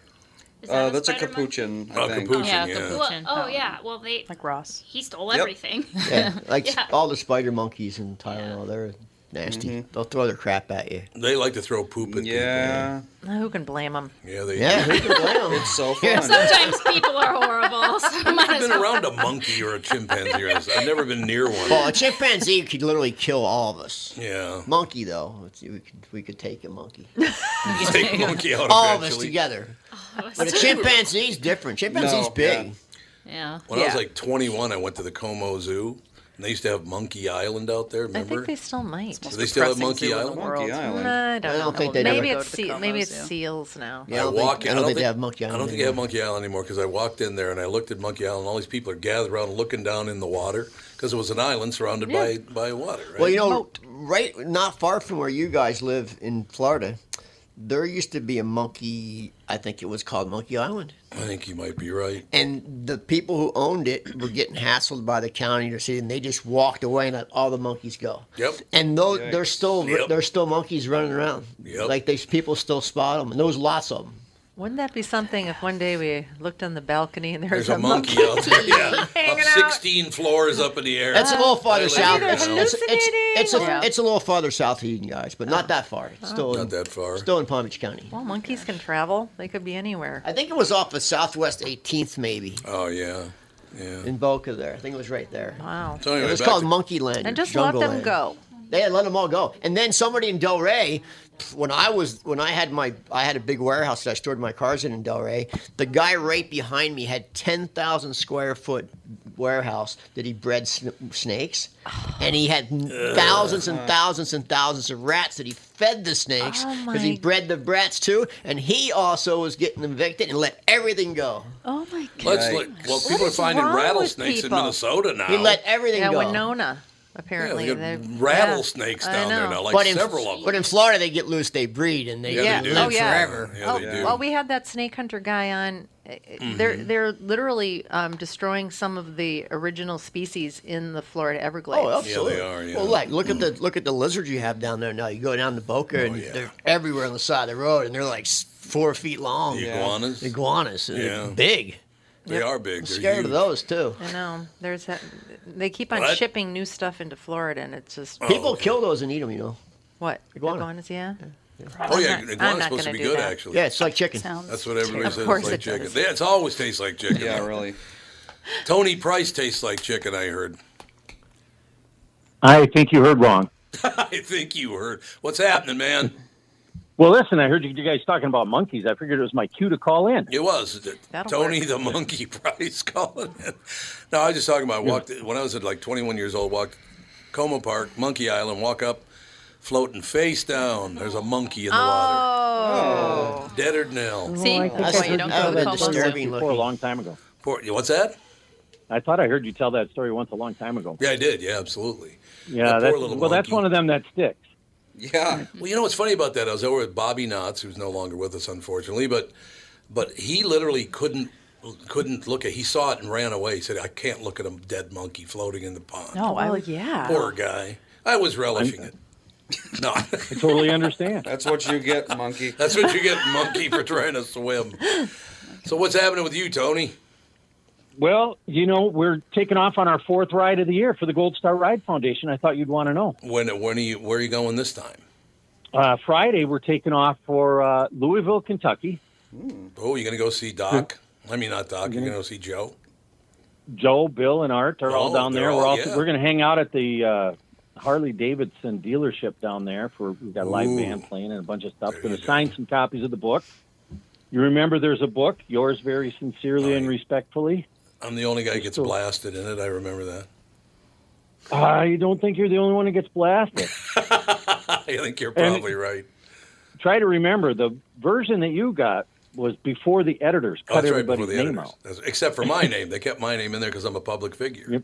G: Is
E: Uh, that's a
G: spider
E: capuchin, I
A: Oh,
E: think.
A: capuchin,
G: monkey?
A: yeah.
G: Well, oh
D: um,
G: yeah. Well, they
D: Like Ross.
G: he stole
E: Yep.
G: everything. (laughs)
B: Yeah,
D: (laughs)
B: like s-
G: Yeah.
B: all the spider monkeys in Thailand, oh, they're nasty. They'll throw their crap at you.
A: They like to throw poop at
E: Yeah,
D: Who can blame them?
A: people. Yeah, they
B: Yeah,
A: do.
B: who can (laughs) blame 'em?
E: it's so fun.
G: Sometimes people are horrible. (laughs) So might
A: I've
E: (laughs)
G: as
A: been
G: well.
A: around a monkey or a chimpanzee. or I've never been near one.
B: Well, Oh, a chimpanzee could literally kill all of us.
A: Yeah.
B: Monkey though, it's- we could we could take a
D: (laughs)
B: monkey.
A: Take monkey out
B: All of us
A: eventually.
B: together. But a chimpanzee's different. Chimpanzee's
E: No,
B: big.
E: yeah.
G: Yeah.
A: When I was
D: Yeah.
A: like 21, I went to the Como Zoo. And they used to have Monkey Island out there.
D: I
A: Remember?
D: think they still might.
A: Do they still have
E: Depressing zoo
A: Monkey
E: in the
A: Island?
E: Monkey Island.
D: (laughs) Nah,
B: I
D: I don't,
B: don't
D: know.
B: think they
D: maybe
C: never
D: it's
C: go to the
D: sea- maybe
C: Como
D: it's
C: Zoo.
D: seals now.
B: Yeah, I don't,
A: walk
B: think,
A: in-
B: I don't think they have monkey island.
A: I don't think they have Monkey Island anymore because I walked in there and I looked at Monkey Island. All these people are gathered around looking down in the water because it was an island surrounded by, by water. Right?
B: Well, you know,
D: Moat.
B: right not far from where you guys live in Florida, there used to be a monkey. I think it was called Monkey Island,
A: I think you might be right.
B: and the people who owned it were getting hassled by the county or city, and they just walked away and let all the monkeys go.
A: Yep.
B: And though there's
E: Yikes.
B: still
A: Yep.
B: there's still monkeys running around.
A: Yep.
B: Like these people still spot them, and there was lots of them.
D: Wouldn't that be something if one day we looked on the balcony and there
A: There's a
D: was
A: monkey out (laughs) there. Yeah.
D: Hanging
A: up
D: out.
A: 16 floors up in the air.
B: That's a little farther
A: Island,
B: south.
A: you
B: It's,
A: know.
B: it's, it's, it's, a,
D: Yeah.
B: it's a little farther south of you guys, but not that far. It's still in,
A: Not that far.
B: still in Palm Beach County.
D: Well, monkeys can travel. They could be anywhere.
B: I think it was off of Southwest 18th, maybe
A: Oh, yeah. Yeah.
B: in Boca there. I think it was right there.
D: Wow.
A: So
B: It
A: anyway,
B: was
A: back
B: called
A: to-
B: Monkey Land.
D: And
B: or
D: just let
B: Jungle
D: them
B: Land.
D: go.
B: They had let them all go. And then somebody in Del Rey, when I was when I had my I had a big warehouse that I stored my cars in in Del Rey. The guy right behind me had ten thousand square foot warehouse that he bred sn-
D: (sighs)
B: snakes, and he had thousands and thousands and thousands of rats that he fed the snakes
D: Oh,
B: because he
D: my-
B: bred the rats too. And he also was getting evicted and let everything go.
D: Oh my god.
A: Let's
E: Yikes.
A: let, well, people are
D: is
A: finding
D: wrong with
A: rattlesnakes in
D: people?
A: Minnesota now.
B: He let everything
D: Yeah,
B: go.
D: Winona.
A: yeah,
D: Apparently,
A: they
D: They're-
A: got rattlesnakes
D: yeah, I
A: down there
D: know.
A: now, like
B: but in,
A: several of them.
B: but in Florida, they get loose, they breed, and they,
A: Yeah,
D: Yeah.
A: they do.
D: Oh, yeah. Oh,
B: forever.
A: Yeah, they do. Mm-hmm.
D: Well, we had that snake hunter guy on. Uh, They're they're literally um, destroying some of the original species in the Florida Everglades.
B: Oh, absolutely.
A: are, yeah. Mm.
B: Well, like look at the look at the lizards you have down there now. You go down to Boca, and
A: Oh, yeah.
B: they're everywhere on the side of the road, and they're like s- four feet long.
A: The iguanas.
B: The iguanas, and they're
A: Yeah.
B: big.
A: They are big.
B: I'm
A: They're
B: scared
A: huge.
B: of those too.
D: I know. There's that. They keep on
A: What?
D: shipping new stuff into Florida, and it's
A: Oh,
D: just
B: People
A: okay.
B: kill those and eat them. You know.
D: what
B: Iguana.
D: iguanas. Yeah.
A: Oh yeah,
D: I'm not- I'm
A: iguana's
D: not
A: supposed to
D: gonna
A: be
D: do
A: good
D: that.
A: actually.
B: Yeah, it's like chicken.
C: Sounds
A: That's what everybody
D: Of
A: says.
D: course
A: it's like
D: it
A: chicken.
D: does.
A: Yeah, it's always tastes like chicken.
E: Yeah, really.
A: Tony Price tastes like chicken. I heard. (laughs)
I: I think you heard wrong.
A: I think you heard. What's happening, man?
I: Well, listen, I heard you guys talking about monkeys. I figured it was my cue to call in.
A: It was the-
D: That'll
A: Tony
D: work.
A: the Monkey (laughs) Price calling in. No, I was just talking about I walked when I was at like 21 years old. Walked Como Park, Monkey Island. Walk up, floating face down. There's a monkey in the
D: Oh.
A: water. Deader than hell.
C: See,
I: I think
C: that's
I: I
C: why you
I: heard
C: don't
I: that
C: go to
B: was
C: Como Zoo.
B: disturbing.
I: before
B: looking.
I: a long time ago.
A: Poor- What's that?
I: I thought I heard you tell that story once a long time ago.
A: Yeah, I did. Yeah, absolutely. That
I: Yeah,
A: poor
I: that's,
A: little
I: well, that's
A: monkey.
I: one of them that sticks.
E: Yeah.
A: Well, you know what's funny about that? I was over with Bobby Knotts, who's no longer with us, unfortunately, but but he literally couldn't couldn't look at. He saw it and ran away. He said, "I can't look at a dead monkey floating in the pond."
D: No, I would. Yeah.
A: Poor guy. I was relishing it. No, (laughs)
I: I totally understand.
E: That's what you get, monkey.
A: that's what you get, monkey, for trying to swim. So what's happening with you, Tony?
I: Well, you know, we're taking off on our fourth ride of the year for the Gold Star Ride Foundation. I thought you'd want to know.
A: When when are you where are you going this time?
I: Uh, Friday, we're taking off for uh, Louisville, Kentucky.
A: Oh, you're gonna go see
I: (laughs)
A: Doc. I mean, not Doc. You're gonna go see Joe.
I: Joe, Bill, and Art are all
A: Oh,
I: down
A: they're
I: there.
A: all-
I: we're also
A: yeah.
I: we're going to hang out at the uh, Harley Davidson dealership down there. For we've got a live
A: Ooh.
I: band playing and a bunch of stuff. Going to sign some copies of the book. You remember, there's a book. Yours very sincerely and respectfully.
A: I'm the only guy who gets blasted in it. I remember that. (laughs)
I: I don't think you're the only one who gets blasted.
A: I think you're
I: And-
A: probably right.
I: Try to remember the version that you got was before the editors
A: Oh,
I: cut
A: that's right before
I: everybody's
A: the
I: name
A: editors.
I: out.
A: That's- Except for my name, they kept my name in there because I'm a public figure. Yep,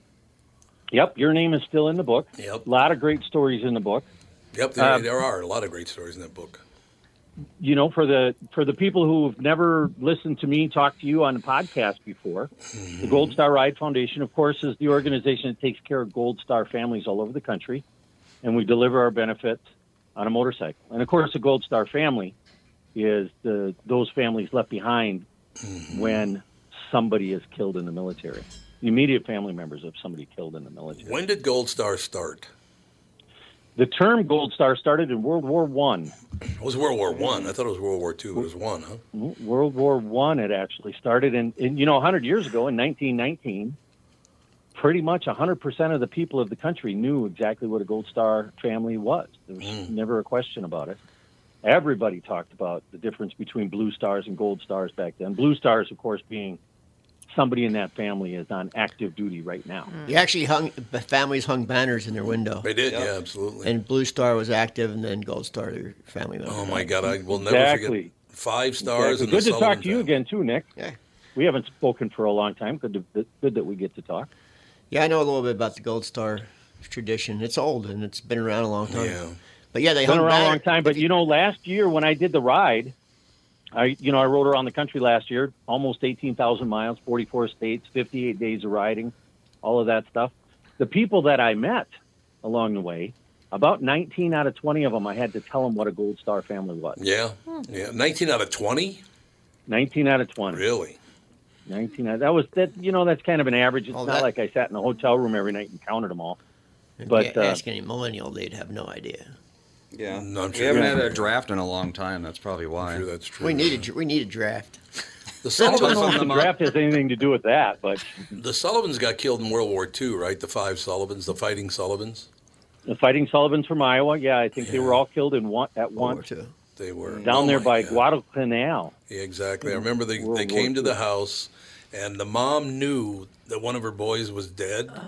I: Yep, your name is still in the book.
A: Yep.
I: A lot of great stories in the book.
A: there,
I: Um,
A: there are a lot of great stories in that book.
I: you know, for the for the people who've never listened to me talk to you on a podcast before, the Gold Star Ride Foundation, of course, is the organization that takes care of Gold Star families all over the country, and we deliver our benefits on a motorcycle. And of course, the Gold Star family is the those families left behind when somebody is killed in the military, the immediate family members of somebody killed in the military.
A: When did Gold Star start?
I: The term Gold Star started in World War One.
A: It was World War One. I. thought it was World War Two. It was one, huh?
I: World War One it actually started, and, and you know, 100 years ago in 1919, pretty much 100 percent of the people of the country knew exactly what a Gold Star family was. There was
A: Mm.
I: never a question about it. Everybody talked about the difference between blue stars and gold stars back then. Blue stars, of course, being somebody in that family is on active duty right now.
B: You actually hung the families hung banners in their window.
A: They did, yeah, absolutely.
B: And Blue Star was active, and then Gold Star, their family member.
A: Oh my God, I will never
I: Exactly.
A: forget five stars
I: Exactly.
A: and the
I: Good to
A: Sullivan
I: talk to you again too, Nick.
B: Yeah.
I: We haven't spoken for a long time. Good, to, good that we get to talk.
B: Yeah, I know a little bit about the Gold Star tradition. It's old and it's been around a long time.
I: Yeah.
B: But yeah, they
I: been
B: hung
I: around a
B: banner-
I: long time. But you know, last year when I did the ride, I you know I rode around the country last year, almost eighteen thousand miles, forty four states, fifty eight days of riding, all of that stuff. The people that I met along the way, about nineteen out of twenty of them, I had to tell them what a Gold Star family was.
A: Yeah, yeah. Nineteen out of twenty.
I: Nineteen out of twenty.
A: Really?
I: Nineteen. Out, that was that. You know, that's kind of an average. It's
B: Oh,
I: not
B: that-
I: like I sat in a hotel room every night and counted them all.
B: If
I: But
B: you
I: uh,
B: ask any millennial, they'd have no idea.
A: (laughs)
E: Yeah,
A: No, I'm
E: we
A: sure
E: haven't
A: that's
E: had a
A: true.
E: draft in a long time. That's probably why.
A: that's
B: We need a dr- we need a draft.
A: The
I: I don't
A: Sullivans,
I: know if the draft has anything to do with that, but
A: the Sullivans got killed in World War Two, right? The five Sullivans, the fighting Sullivans.
I: The Fighting Sullivans from Iowa. Yeah, I think they were all killed in one at
A: War
I: once
A: They were
I: down
A: Oh
I: there
A: my
I: by
A: God.
I: Guadalcanal.
A: Yeah, exactly. I remember they,
I: World
A: they
I: War
A: came to
I: Two.
A: the house, and the mom knew that one of her boys was dead.
I: Oh.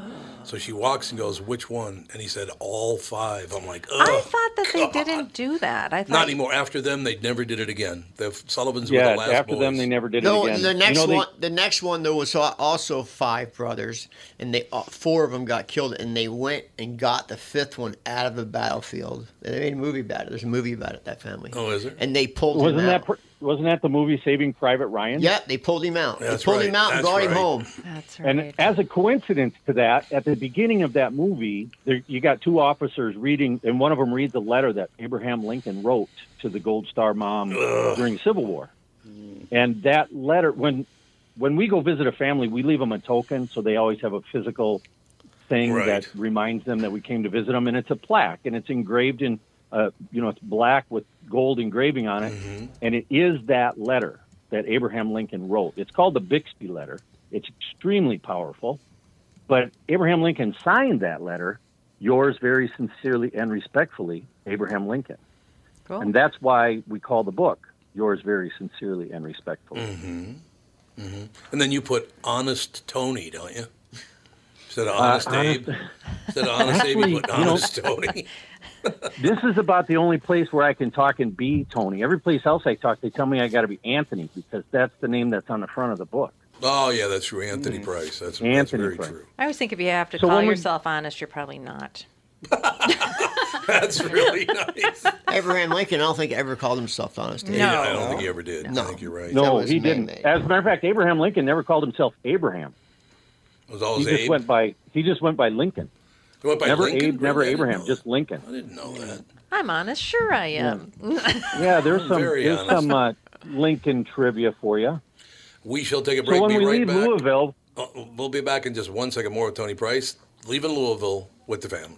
A: So she walks and goes, "Which one?" And he said, "All five. I'm like,
D: I
A: ugh.
D: thought that they didn't do that. I thought
A: Not anymore. After them, they never did it again. The Sullivans were
I: Yeah,
A: the last
I: after
A: boys.
I: them, they never did
B: no,
I: it again.
B: the next
I: you know, they-
B: one, the next one though was al- also five brothers, and they all- four of them got killed, and they went and got the fifth one out of the battlefield. They made a movie about it. There's a movie about it. That family.
A: Oh, is there?
B: And they pulled
I: wasn't
B: him
I: that
B: out.
I: pr- wasn't that the movie Saving Private Ryan?
B: Yep, they pulled him out.
I: That's
B: they pulled
I: right.
B: him out and
I: That's
B: brought him
I: right.
B: home.
D: That's
I: And as a coincidence to that, at the beginning of that movie, there, you got two officers reading, and one of them reads a letter that Abraham Lincoln wrote to the Gold Star mom during the Civil War. And that letter, when when we go visit a family, we leave them a token, so they always have a physical thing
A: Right.
I: that reminds them that we came to visit them, and it's a plaque, and it's engraved in, uh, you know, it's black with gold engraving on it, and it is that letter that Abraham Lincoln wrote. It's called the Bixby letter. It's extremely powerful, but Abraham Lincoln signed that letter. Yours very sincerely and respectfully, Abraham Lincoln.
D: Cool.
I: And that's why we call the book Yours Very Sincerely and Respectfully.
A: And then you put honest Tony, don't you? Instead of
I: Uh,
A: honest
I: honest-
A: Abe, instead of honest Abe,
I: Actually,
A: you put
I: you know-
A: honest Tony.
I: this is about the only place where I can talk and be Tony. Every place else I talk, they tell me I got to be Anthony because that's the name that's on the front of the book.
A: Oh yeah, that's true. Anthony Price. That's, that's
I: Mm. Anthony
A: very
I: Price.
A: true. (laughs)
D: I always think if you have to
I: So
D: call
I: when we-
D: yourself honest, you're probably not.
A: That's really nice.
B: Abraham Lincoln, I don't think ever called himself honest.
D: No. Yeah,
A: I don't think he ever did.
B: No.
A: I think you're right.
I: No,
B: was
I: he didn't.
B: man-made.
I: As a matter of fact, Abraham Lincoln never called himself Abraham.
A: It was always
I: he just
A: Abe.
I: went by he just went by Lincoln.
A: He went by
I: never
A: Lincoln?
I: Abe, never
A: Really? I didn't
I: Abraham,
A: know
I: just Lincoln.
A: I didn't know that.
D: I'm honest. Sure, I am.
I: Yeah, there's some
A: Very
I: there's
A: honest.
I: some uh, Lincoln trivia for you.
A: We shall take a break.
I: So when
A: Be
I: we
A: right
I: leave
A: back.
I: Louisville,
A: Uh, we'll be back in just one second more with Tony Price, leaving Louisville with the family.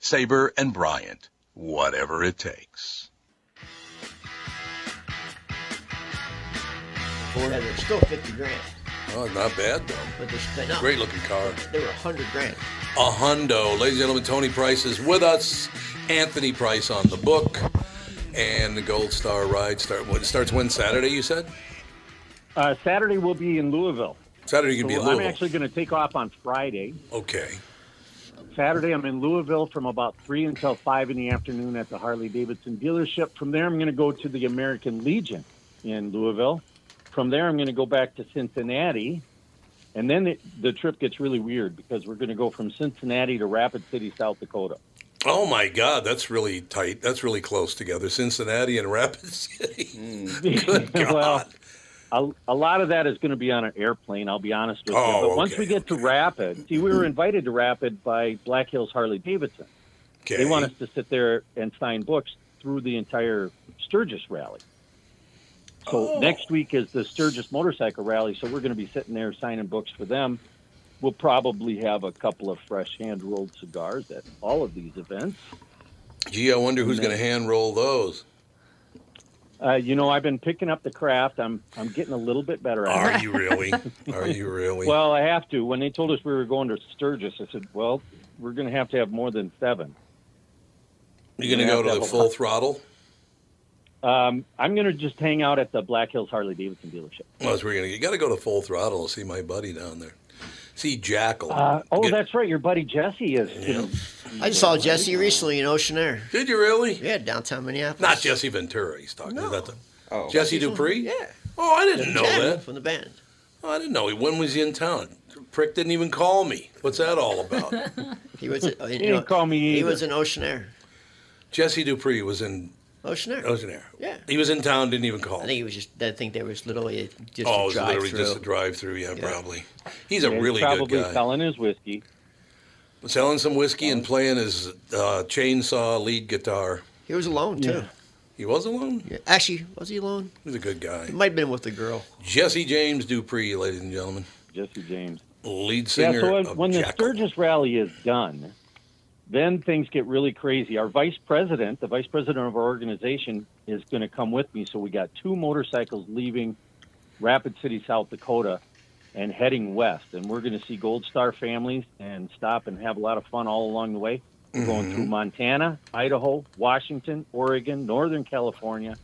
A: Sabre and Bryant, whatever it takes.
B: Yeah, they're still 50 grand,
A: Oh, not bad though.
B: but they're spent up.
A: Great looking car.
B: They were 100 grand.
A: A hundo. Ladies and gentlemen, Tony Price is with us. Anthony Price on the book. And the Gold Star ride start, what, starts when? Saturday, you said?
I: Uh, Saturday we'll be in Louisville.
A: Saturday you can be
I: So
A: in Louisville.
I: I'm actually going to take off on Friday.
A: Okay.
I: Saturday I'm in Louisville from about three until five in the afternoon at the Harley Davidson dealership. From there I'm going to go to the American Legion in Louisville. From there I'm going to go back to Cincinnati, and then the, the trip gets really weird because we're going to go from Cincinnati to Rapid City, South Dakota.
A: Oh my God, that's really tight. That's really close together. Cincinnati and Rapid (laughs) City. (laughs)
I: Mm.
A: Good God.
I: (laughs) well, a, a lot of that is going to be on an airplane. I'll be honest with you.
A: Oh,
I: But once
A: okay, Mm-hmm.
I: we get to Rapid, see, we were invited to Rapid by Black Hills Harley Davidson. They want us to sit there and sign books through the entire Sturgis rally. So
J: Oh.
I: next week is the Sturgis motorcycle rally. So we're going to be sitting there signing books for them. We'll probably have a couple of fresh hand rolled cigars at all of these events.
A: Gee, I wonder who's going to hand roll those.
I: Uh, you know, I've been picking up the craft. I'm I'm getting a little bit better at it.
A: Are you
I: (laughs)
A: really? Are you really?
I: Well, I have to. When they told us we were going to Sturgis, I said, "Well, we're going to have to have more than seven.
A: You're going to
I: Yeah,
A: go to the
I: double.
A: full throttle?
I: Um, I'm going to just hang out at the Black Hills Harley Davidson dealership.
A: Well, that's where you're gonna, you got to go to full throttle to see my buddy down there. See Jackal.
I: Uh, oh, that's right. Your buddy Jesse is.
B: I saw Jesse recently in Ocean Air.
A: Did you really?
B: Yeah, downtown Minneapolis.
A: Not Jesse Ventura he's talking about.
K: Oh.
A: Jesse Dupree?
B: Yeah.
A: Oh, I didn't
B: Yeah,
A: know
B: Ted
A: that.
B: From the band.
A: Oh, I didn't know. he. When was he in town? Prick didn't even call me. What's that all
I: (laughs)
A: about?
B: He was.
A: (laughs)
B: uh,
A: He
B: you
A: didn't
B: know,
A: call me
B: He
A: either.
B: was in Ocean Air.
A: Jesse Dupree was in
B: Ocean Air.
A: Ocean Air.
B: Yeah.
A: He was in town, didn't even call.
B: I think it was just. I think there was literally just
A: oh, it
B: a
A: was
B: drive
A: literally
B: through.
A: just a drive through. Yeah,
B: Yeah.
A: probably. He's a
I: Yeah, he's
A: really
I: probably
A: good guy.
I: selling his whiskey.
A: Selling some whiskey and playing his uh, chainsaw lead guitar.
B: He was alone too.
A: Yeah. He was alone?
B: Yeah. Actually, was he alone?
A: He's a good guy.
B: He might have been with the girl.
A: Jesse James Dupree, ladies and gentlemen.
I: Jesse James.
A: Lead singer
I: yeah, so when,
A: of
I: when the
A: Jack-
I: Sturgis rally is done, then things get really crazy. Our vice president, the vice president of our organization, is going to come with me. So we got two motorcycles leaving Rapid City, South Dakota, and heading west. And we're going to see Gold Star families and stop and have a lot of fun all along the way. We're going
A: Mm-hmm.
L: Mhm.
I: through Montana, Idaho, Washington, Oregon, Northern California,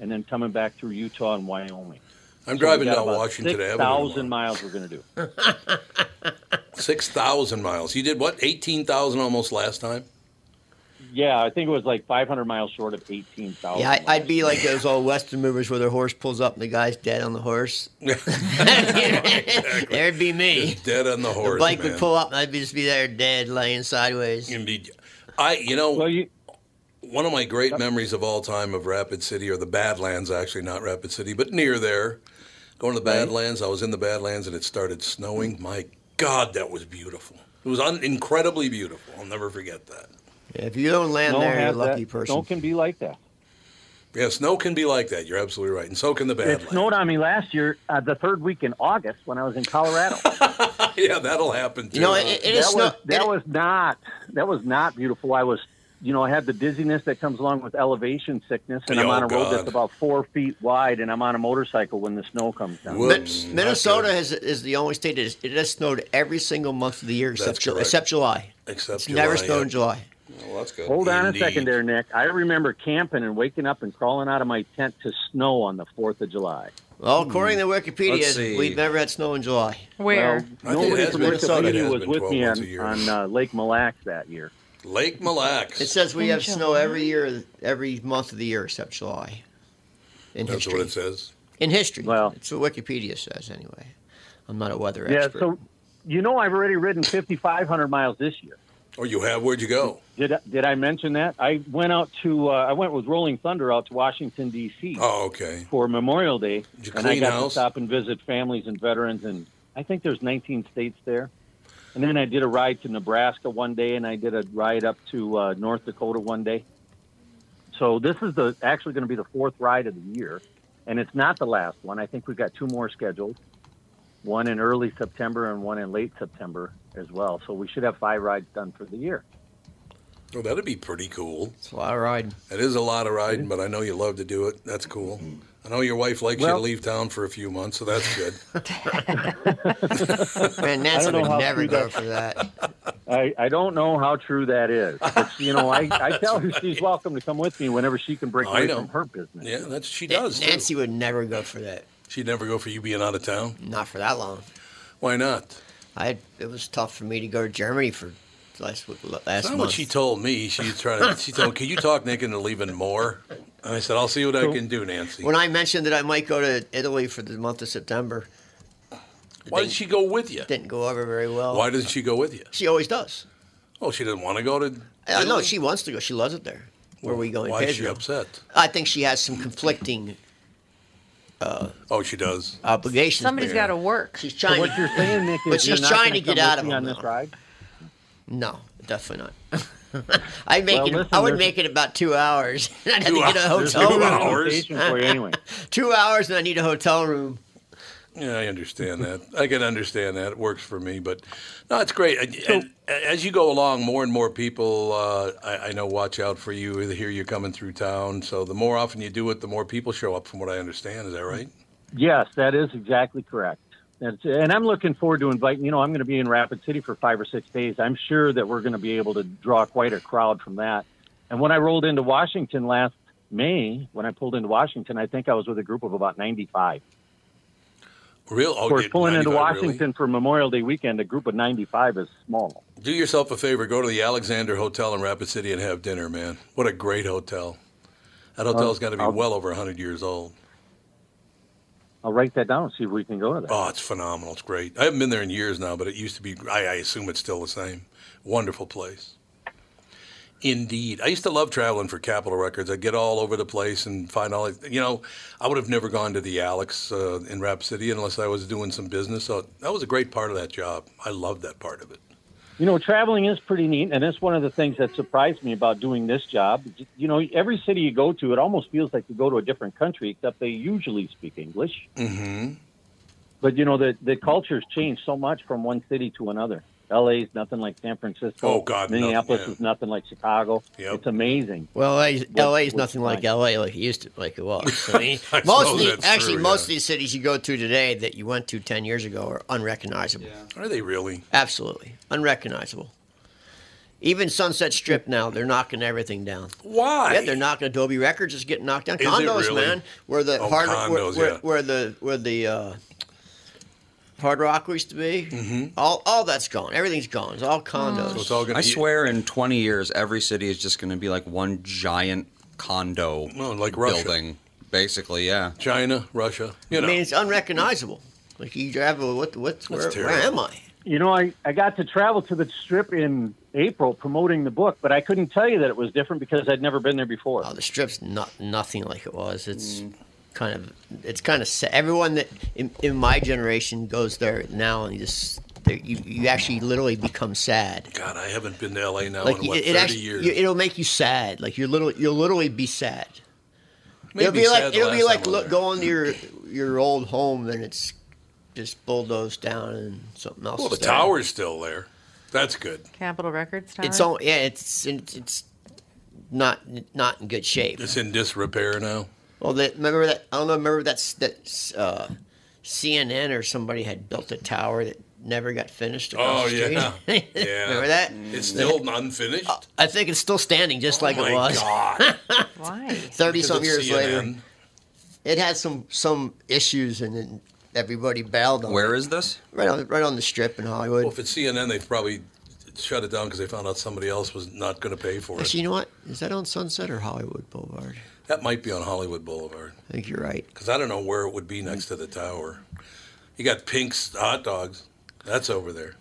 I: and then coming back through Utah and Wyoming.
A: I'm
I: So we
A: driving
I: got
A: down
I: about
A: Washington Avenue
I: 6,000 miles we're going to do.
A: 6,000 miles. You did what? 18,000 almost last time?
I: Yeah, I think it was like 500 miles short of
A: Oh.
I: 18,000.
B: Yeah, I, I'd be like those old Western movers where their horse pulls up and the guy's dead on
A: (laughs)
B: the horse. (laughs) There'd be (laughs) me.
A: Just dead on the horse.
B: the bike
A: man.
B: would pull up and I'd be, just be there dead, laying sideways.
A: You'd be- I, you know,
I: you,
A: One of my great memories of all time of Rapid City, or the Badlands, actually, not Rapid City, but near there. Going to the Badlands, I was in the Badlands and it started snowing. My God, that was beautiful. It was un- incredibly beautiful. I'll never forget that.
B: If you don't land
A: Don't
B: there, you're a
A: have
B: lucky
A: that-
B: person.
A: don't
I: can be like that.
A: Yeah, snow can be like that. You're absolutely right. And so can the
I: It
A: Badlands.
I: snowed on me last year, uh, the third week in August when I was
B: (laughs)
I: in Colorado.
A: (laughs) yeah, that'll happen too.
I: that was, that was not that was not beautiful. I was, you know, I had the dizziness that comes along with elevation sickness, and I'm
A: Oh,
I: on a road
A: God.
I: that's about four feet wide, and I'm on a motorcycle when the snow comes down.
A: Whoops.
B: Mi- Minnesota has, is the only state that is, it has snowed every single month of the year except, Ju-
I: correct.
B: except July.
A: Except Oh,
B: it's never
I: July,
B: snowed
I: yeah.
B: in July.
A: Well, that's good.
I: Hold on a second there, Nick. I remember camping and waking up and crawling out of my tent to snow on the Fourth of July.
B: Well, according to Wikipedia,
I: Hmm. Let's see.
B: we've never had snow in July.
I: Well, nobody from Wikipedia was
B: been
I: with
B: 12
I: me
B: months a
I: on,
B: year.
I: on uh, Lake Mille Lacs that year.
A: Lake Mille Lacs.
B: It says we
I: In
B: have snow
I: July.
B: every year, every month of the year except July. In
A: That's
B: history.
A: what it says.
B: In history.
I: Well,
B: it's what Wikipedia says anyway. I'm not a weather
I: yeah,
B: expert.
I: so you know I've already ridden 5,500 miles this year.
A: Oh, you have? Where'd you go?
I: Did I, did I mention that? I went out to uh, I went with Rolling Thunder out to Washington D.C.
A: Oh, okay.
I: for Memorial Day,
A: you
I: and I
A: clean
I: got
A: house?
I: to stop and visit families and veterans, and I think there's 19 states there. And then I did a ride to Nebraska one day, and I did a ride up to uh, North Dakota one day. So this is the actually going to be the fourth ride of the year, and it's not the last one. I think we've got two more scheduled, one in early September and one in late September as well. So we should have five rides done for the year.
A: Oh, that'd be pretty cool. It's
B: a lot of
I: (laughs)
B: riding.
A: It is a lot of riding, but I know you love to do it. That's cool. I know your wife likes you
I: Well-
A: to leave town for a few months, so that's good.
B: Man,
I: I
B: Nancy
I: don't know
B: would
I: how
B: never
I: true
B: go
I: that-
B: for that.
I: I, I don't know how true that
A: (laughs)
I: is. But, you know, I, I tell her she's welcome to come with me whenever she can break
A: I
I: away
A: know.
I: from her business.
A: Yeah, that's she does.
B: Nancy would never go for that.
A: She'd never go for you being out of town.
B: Not for that long.
A: Why not?
B: I it was tough for me to go to Germany for last week- last
A: That's not
B: month.
A: what she told me. She's trying
B: (laughs)
A: to. She told, "Can you talk Nick into leaving more?" And I said, "I'll see what I can do, Nancy."
B: when I mentioned that I might go to Italy for the month of September,
A: Why did she go with you?
B: Didn't go over very well.
A: Why doesn't she go with you?
B: She always does.
A: Oh, she doesn't want to go to.
B: I know
A: Italy?
B: she wants to go. She loves it there. Where we going?
A: Why is she
B: Pedro?
A: upset?
B: I think she has some conflicting uh,
A: Oh, she does.
B: obligations.
D: Somebody's got to work.
B: She's trying
I: what you're saying, Nick, is
B: But
I: you're
B: she's
I: not
B: trying
I: gonna
B: to get
I: come
B: out
I: with
B: of
I: me on
B: them.
I: this ride.
B: No, definitely not. (laughs) I make
I: Well,
B: it. I
I: listen,
B: would
I: there's-
B: make it about two hours. (laughs) I would have to
I: Two
B: get a
I: hours.
B: hotel room.
I: There's no accommodation for you
B: (laughs)
I: anyway.
B: two hours, and I need a hotel room.
A: Yeah, I understand that. I can understand that. It works for me, but no, it's great. And, and as you go along, more and more people, uh, I, I know, watch out for you. They hear you coming through town. So the more often you do it, the more people show up. From what I understand, is that right?
I: Yes, that is exactly correct. That's, and I'm looking forward to inviting, you know, I'm going to be in Rapid City for five or six days. I'm sure that we're going to be able to draw quite a crowd from that. And when I rolled into Washington last May, when I pulled into Washington, I think I was with a group of about 95.
A: Real.
I: Of
A: Oh,
I: course,
A: did-
I: pulling into
A: 95, really?
I: Washington for Memorial Day weekend, a group of 95 is small.
A: Do yourself a favor. Go to the Alexander Hotel in Rapid City and have dinner, man. What a great hotel. That hotel's got to be
I: Uh, I'll-
A: well over 100 years old.
I: I'll write that down and see if we can go to that.
A: Oh, it's phenomenal. It's great. I haven't been there in years now, but it used to be. I, I assume it's still the same. Wonderful place. Indeed, I used to love traveling for Capitol Records. I'd get all over the place and find all. You know, I would have never gone to the Alex uh, in Rap City unless I was doing some business. So that was a great part of that job. I loved that part of it.
I: You know, traveling is pretty neat, and that's one of the things that surprised me about doing this job. You know, every city you go to, it almost feels like you go to a different country, except they usually speak English.
A: Mm-hmm.
I: But you know, the the cultures change so much from one city to another. L.A. is nothing like San Francisco.
A: Oh, God, nothing,
I: Minneapolis
A: yeah.
I: is nothing like Chicago. It's amazing.
B: Well, LA,
I: What-
B: LA is
I: what's
B: nothing like
I: fine.
B: LA like it used to like it was. I mean,
I: I
B: most
I: suppose
B: of the,
I: that's
B: actually
I: true,
B: most
I: yeah.
B: of these cities you go to today that you went to ten years ago are unrecognizable.
A: Are they really?
B: Absolutely unrecognizable. Even Sunset Strip now they're knocking everything down.
A: Why?
B: Yeah, they're knocking Adobe Records is getting knocked down.
A: Is it
B: Condos,
A: really?
B: man, where the
A: Oh,
B: hard
A: condos,
B: where,
A: yeah.
B: where the where the uh, Hard Rock used to be. Mm-hmm. All all that's gone. Everything's gone. It's all condos.
E: I swear, in 20 years, every city is just going to be like one giant condo
A: Well, Oh, like Russia.
E: building, basically. Yeah,
A: China, Russia. You know.
B: I mean, it's unrecognizable. Like you drive, a- what, what's where, where
A: terrible.
B: am I?
I: you know, I, I got to travel to the strip in April promoting the book, but I couldn't tell you that it was different because I'd never been there before.
A: Oh,
B: the strip's not nothing like it was. It's kind of it's kind of sad. everyone that in, in my generation goes there now and you just they- you, you actually literally become sad.
A: God, I haven't been to LA now in
B: you-
A: what
B: it,
A: thirty
B: actually,
A: years.
B: you- it'll make you sad. Like you're little, you'll literally be sad.
A: Made
B: it'll
A: me
B: be
A: sad
B: like
A: the
B: it'll be
A: last
B: like
A: time I
B: look, going to your your old home and it's just bulldozed down and something else.
A: well, the
B: is there.
A: tower's still there. That's good.
D: Capitol Records Tower.
B: It's all yeah. It's it's it's not not in good shape.
A: It's in disrepair now.
B: Well, that, remember that I don't know. Remember that's that uh, CNN or somebody had built a tower that never got finished. Across
A: Oh
B: the street. (laughs)
A: yeah, (laughs) yeah.
B: remember that?
A: It's still unfinished.
B: I think it's still standing just Uh, like
A: Oh, my
B: it was. (laughs)
A: God. (laughs)
D: Why?
B: Thirty some
A: Because
B: years
A: of
B: later,
A: CNN.
B: it had some some issues and then everybody bailed on.
E: Where
B: it.
E: is this?
B: Right on right on the strip in Hollywood.
A: Well, if it's CNN, they probably shut it down because they found out somebody else was not going to pay for it.
B: Actually, you know what? Is that on Sunset or Hollywood Boulevard?
A: That might be on Hollywood Boulevard
B: I think you're right.
A: because I don't know where it would be next to the tower. You got Pink's hot dogs. That's over there,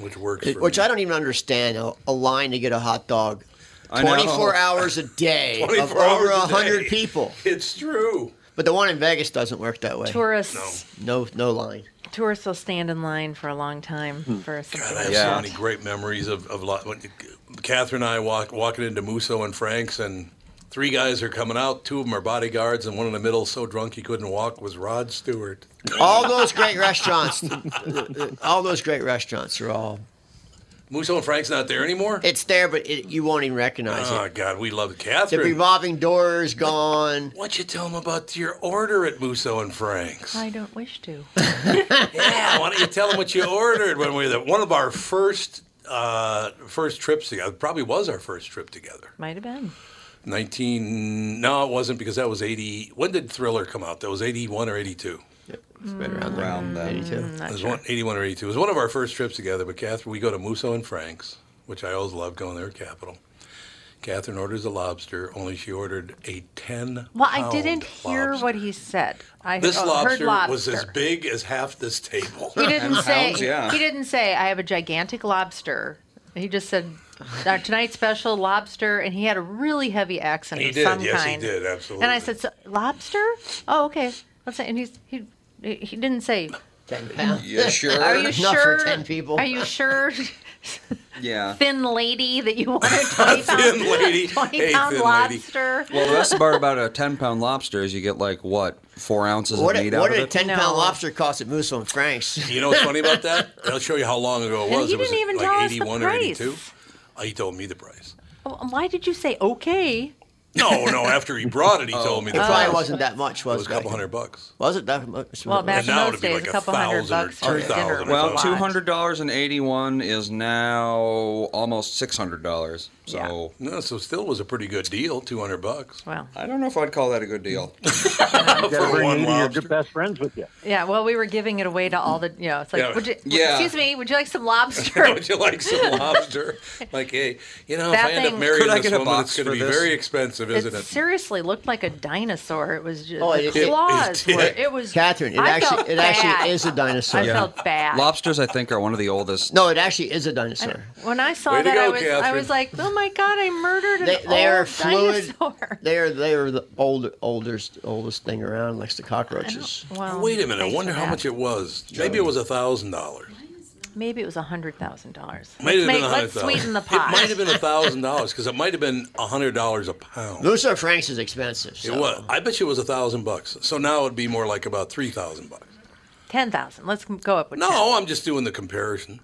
A: which works. For
B: Which
A: me.
B: I don't even understand a, a line to get a hot dog.
A: I know.
B: 24 hours a
A: (laughs)
B: day of
A: 24
B: over
A: hours a
B: 100
A: day.
B: people.
A: It's true.
B: But the one in Vegas doesn't work that way.
D: Tourists.
B: No, no line.
D: Tourists will stand in line for a long time for something.
A: Hmm. God, I have
D: like
A: so many great memories of, of lot- when Catherine and I walk, walking into Musso and Frank's, and three guys are coming out. Two of them are bodyguards, and one in the middle, so drunk he couldn't walk, was Rod Stewart.
B: All those great restaurants, all those great restaurants are all.
A: Musso and Frank's not there anymore?
B: It's there, but it, you won't even recognize
A: Oh,
B: it.
A: God, we love
B: The
A: Catherine.
B: revolving door is gone.
A: What'd you tell them about your order at Musso and Frank's?
D: I don't wish to.
A: yeah, why don't you tell them what you ordered when we were there? One of our first uh, first trips together, probably was our first trip together.
D: Might have been.
A: 19 no it wasn't because that was 80 when did thriller come out that was 81 or 82
B: right
D: Mm.
B: around
E: there. Around that. 82.
A: it was one, 81 or 82 it was one of our first trips together but catherine we go to musso and frank's which i always love going there at capital catherine orders a lobster only she ordered a 10
D: Well, I
A: pound
D: didn't hear
A: lobster.
D: what he said. I
A: this
D: heard,
A: lobster,
D: heard lobster
A: was as big as half this table (laughs)
D: He didn't say. He didn't say. I have a gigantic lobster. He just said our tonight's special lobster, and he had a really heavy accent
A: He
D: of
A: did,
D: some
A: yes, he
D: kind.
A: did,
D: And I
A: absolutely.
D: said, so, "Lobster? Oh, okay. Let's say." And he's, he he didn't say.
B: Ten pounds.
E: Yeah, sure.
D: Are you
E: Not
D: sure?
E: for 10 people.
D: Are
E: (laughs)
D: you sure,
E: Yeah.
D: thin lady, that you
A: (laughs)
D: wanted twenty pound,
E: Thin lady.
D: (laughs) twenty
E: Hey,
D: pound
E: thin lady.
D: lobster?
E: Well, that's the part about a 10 pound lobster is you get like, what, four ounces
B: What
E: of
B: did,
E: meat
B: what
E: out
B: did a
E: of it?
B: 10 pound lobster cost at Musso and Frank's?
A: You know what's funny about that? I'll show you how long ago it
D: And
A: was.
D: he
A: it was
D: didn't even
A: like
D: tell us the
A: 81 or
D: price.
A: 82. Oh, he told me the price.
D: Oh, Why did you say okay?
A: No,
D: (laughs)
A: no. After he brought it, he told me
B: It
D: Oh.
A: the price.
B: probably wasn't that much, was
A: It was a couple hundred bucks.
B: Was it that much?
D: Well, back
A: And
D: in
A: now
D: those
A: it'd be
D: days,
A: like
D: a
A: a
D: couple hundred
A: thousand or
D: bucks for a dinner.
A: $2,000
E: Well,
D: was a
E: two
D: lot.
E: hundred dollars and eighty-one is now almost six hundred dollars. So
A: no, so still was a pretty good deal, two hundred bucks.
D: Well,
E: I don't know if I'd call that a good deal.
I: Gotta bring
A: one
I: you to your
A: lobster.
I: good best friends with you.
D: Yeah, well, we were giving it away to all the, you know, it's like,
A: Yeah.
D: would you, would-
A: Yeah.
D: excuse me, would you like
A: (laughs)
D: some lobster?
A: Would you like some
D: (laughs)
A: lobster? Like, hey, you know, if
D: That
A: I end
D: thing-
A: up marrying
E: Could I
A: this
E: get a
A: woman,
E: box
A: it's going to
E: for
A: be
E: this?
A: very expensive, isn't
D: it
A: it?
D: seriously looked like a dinosaur. It was just,
B: Oh,
D: the
B: it- it- it
D: claws
B: did.
D: were, it was,
B: Catherine, it
D: I
B: actually
D: felt
B: it
D: bad.
B: actually is a dinosaur.
D: I felt bad.
E: Lobsters, I think, are one of the oldest.
B: No, it actually is a dinosaur.
D: When I saw
E: Way to
D: that, I
E: go,
D: was, I
E: Catherine.
D: was like, oh my God, I murdered an
B: They,
D: old
B: they are fluid.
D: dinosaur. (laughs)
B: They are they are the older oldest oldest thing around, next to cockroaches.
D: Well,
A: Wait a minute. I
D: thanks
A: wonder
D: for
A: how
D: that.
A: much it was. Maybe it was a thousand dollars.
D: Maybe it was a hundred thousand dollars.
A: Might have been a
D: Let's make-
A: hundred
D: Let's
A: thousand.
D: sweeten the
A: It
D: pot.
A: might have been a thousand dollars because it might have been a hundred dollars a pound.
B: Musso and Frank's is expensive. So.
A: It was. I bet you it was a thousand bucks. So now it'd be more like about three thousand bucks.
D: Ten thousand. Let's go up with
A: No,
D: 10.
A: I'm just doing the comparison.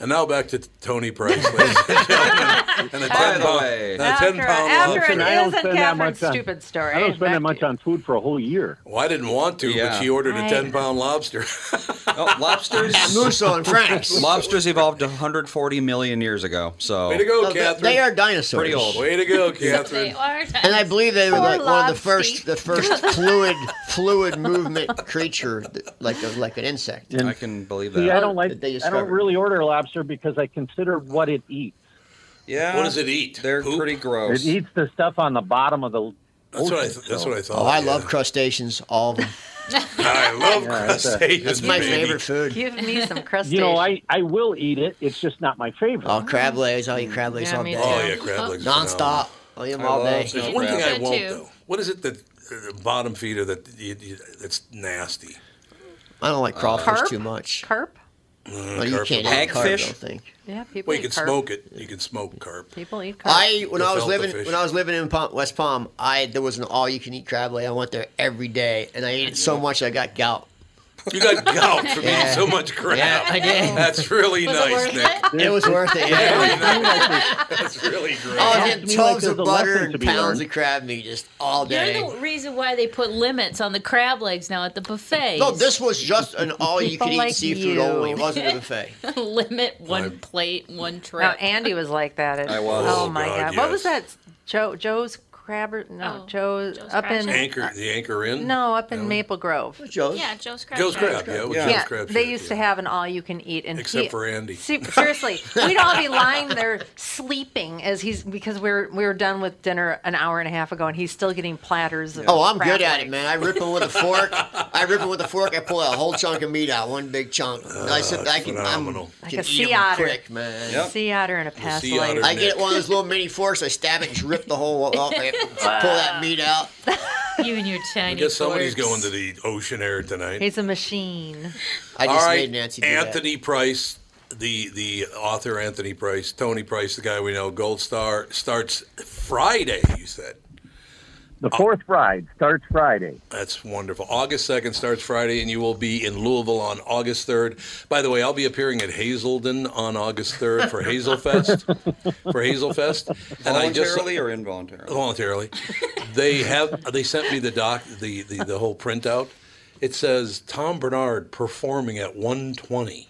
A: And now back to Tony Price,
D: (laughs)
A: ladies and gentlemen. And a ten
E: the
A: pound,
E: way.
A: and a ten pound
D: after
A: lobster.
D: an
I: I don't
D: Isn't
I: spend that
D: Catherine's
I: much on,
D: stupid story?
I: I don't spend
D: Back
I: that much on food for a whole year.
A: Well, I didn't want to,
E: Yeah.
A: but she ordered a
D: Right.
A: ten pound lobster.
E: (laughs)
A: (laughs)
E: Oh, lobsters.
B: Musso and Frank's.
E: (laughs) lobsters evolved 140 million years ago. So
A: Way to go,
B: No, Oh. they-
A: Catherine.
B: They are dinosaurs.
E: Pretty old.
A: Way to go,
F: They
A: Catherine.
F: are
B: And I believe they were
F: Poor
B: like one of the
F: lobster.
B: first the first fluid fluid movement creature, that- like a, like an insect.
E: I can believe that.
I: See, I don't like.
B: That they
I: I don't
B: discovered.
I: really order lobster because I consider what it eats.
E: yeah.
A: What does it eat?
E: They're
A: Poop?
E: pretty
I: It
E: gross.
I: eats the stuff on the bottom of the
A: Oh, That's what I th- that's what I thought,
B: Oh, I
A: yeah.
B: love crustaceans, all of them.
A: (laughs) I love
B: crustaceans, That's my baby. favorite food.
D: Give me some crustaceans.
I: You know, I, I will eat it. It's just not my favorite.
B: Oh, crab legs. I'll eat crab legs
I: Yeah,
B: all
I: me
B: day.
I: too. Oh, yeah, crab
A: legs are
B: Nonstop. I'll eat them
A: I
B: all
A: love
B: day.
A: There's one thing I
C: Good
A: won't
C: too.
A: though. What is it that uh, bottom feeder that you, you, that's nasty? Mm,
B: I don't like crawfish
A: Carp?
B: too much.
D: Carp?
B: Well, you can't eat carp, I don't think.
D: Yeah, people
A: Well, you
D: eat
A: can
D: carp.
A: smoke it. You can smoke carp.
D: People eat carp.
B: I when I was
A: Gefilte
B: living
A: fish.
B: when I was living in Palm, West Palm, I there was an all you can eat crab leg. I went there every day, and I ate it so much I got gout.
A: You
B: (laughs)
A: got gout from
B: Yeah.
A: eating so much crap.
B: Yeah, I did.
A: That's really
B: Was it
A: nice,
B: worth
A: Nick.
B: it? It was worth it, yeah.
A: Really
B: (laughs)
A: nice. That's really great.
B: I was
F: Sounds
B: getting
F: to me like
B: tubs
F: there's
B: of
F: a
B: butter
F: lesson
B: and
F: to be
B: pounds
F: learned.
B: of crab meat just all day.
F: You're the reason why they put limits on the crab legs now at the buffet. (laughs)
B: No, this was just
D: (laughs)
B: an all-you-can-eat
D: People like
B: seafood
D: you.
B: only. It wasn't a
D: (laughs)
B: buffet.
F: limit one plate, one tray.
D: No, Andy was like that. At,
F: I was.
D: Oh,
F: Oh,
D: my God.
F: God,
D: What was that? Joe Joe's crabber? No, Joe's, up in
A: anchor the anchor in.
D: No, up in Maple Grove.
B: Joe's.
F: Yeah, Joe's crab.
A: Joe's crab, yeah, with
D: Yeah,
A: Joe's crab
D: they
A: shack,
D: used to have an all-you-can-eat, and
A: Except
D: he-
A: for Andy.
D: Se- seriously, we'd all be lying there sleeping as he's because we're we were done with dinner an hour and a half ago, and he's still getting platters. Of
B: Oh, I'm
D: crab
B: good at it,
D: legs.
B: man. I rip them with a fork. I rip them with a fork. I pull a whole chunk of meat out, one big chunk. And I said, I can, I'm,
D: Like
B: can
D: a
B: eat
D: sea
B: 'em
D: otter,
B: quick, man.
D: sea otter and a pass
B: I
D: light.
B: get one of those little mini forks. I stab it, and just rip the whole. Oh, I pull that meat out.
F: You and your
A: I
F: tiny.
A: guess somebody's
F: forks.
A: going to the ocean air tonight.
D: He's a machine.
A: All right, Anthony Price, the the author Anthony Price, Tony Price, the guy we know, Gold Star starts Friday. You said
I: The fourth ride starts Friday.
A: that's wonderful. August second starts Friday, and you will be in Louisville on August third. By the way, I'll be appearing at Hazelden on August third for Hazelfest. for Hazelfest,
E: Voluntarily or involuntarily?
A: voluntarily. they have they sent me the doc the, the the whole printout. It says Tom Bernard performing at 120.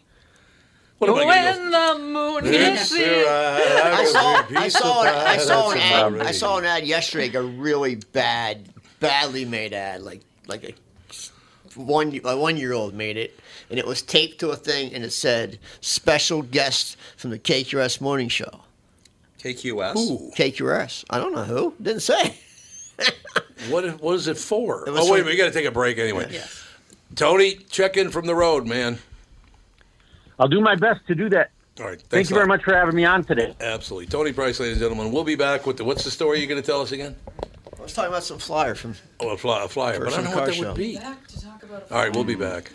A: What am I gonna do?
D: when the moon
A: It's
D: hits it.
B: I saw, I
A: piece
B: saw,
A: of
B: an, I saw an
A: pie, that's
B: ad.
A: about
B: I
A: right.
B: saw an ad yesterday, like a really bad, badly made ad, like like a one a one year old made it, and it was taped to a thing, and it said special guest from the KQRS morning show.
E: KQS.
B: Who? KQRS. I don't know who. Didn't say.
A: What what is it for?
B: It was
A: oh wait,
B: for-
A: we got to take a break anyway. Tony, check in from the road, man.
I: I'll do my best to do that.
A: All right,
I: Thank
A: thanks
I: you
A: a
I: very
A: lot.
I: much for having me on today.
A: Absolutely, Tony Price, ladies and gentlemen. We'll be back with the. What's the story you're going to tell us again?
B: I was talking about some flyer from.
A: Oh, a, fly, a flyer,
B: For
A: but I
B: some
A: don't know what
B: car
A: that
B: show.
A: would be. All right, we'll be back.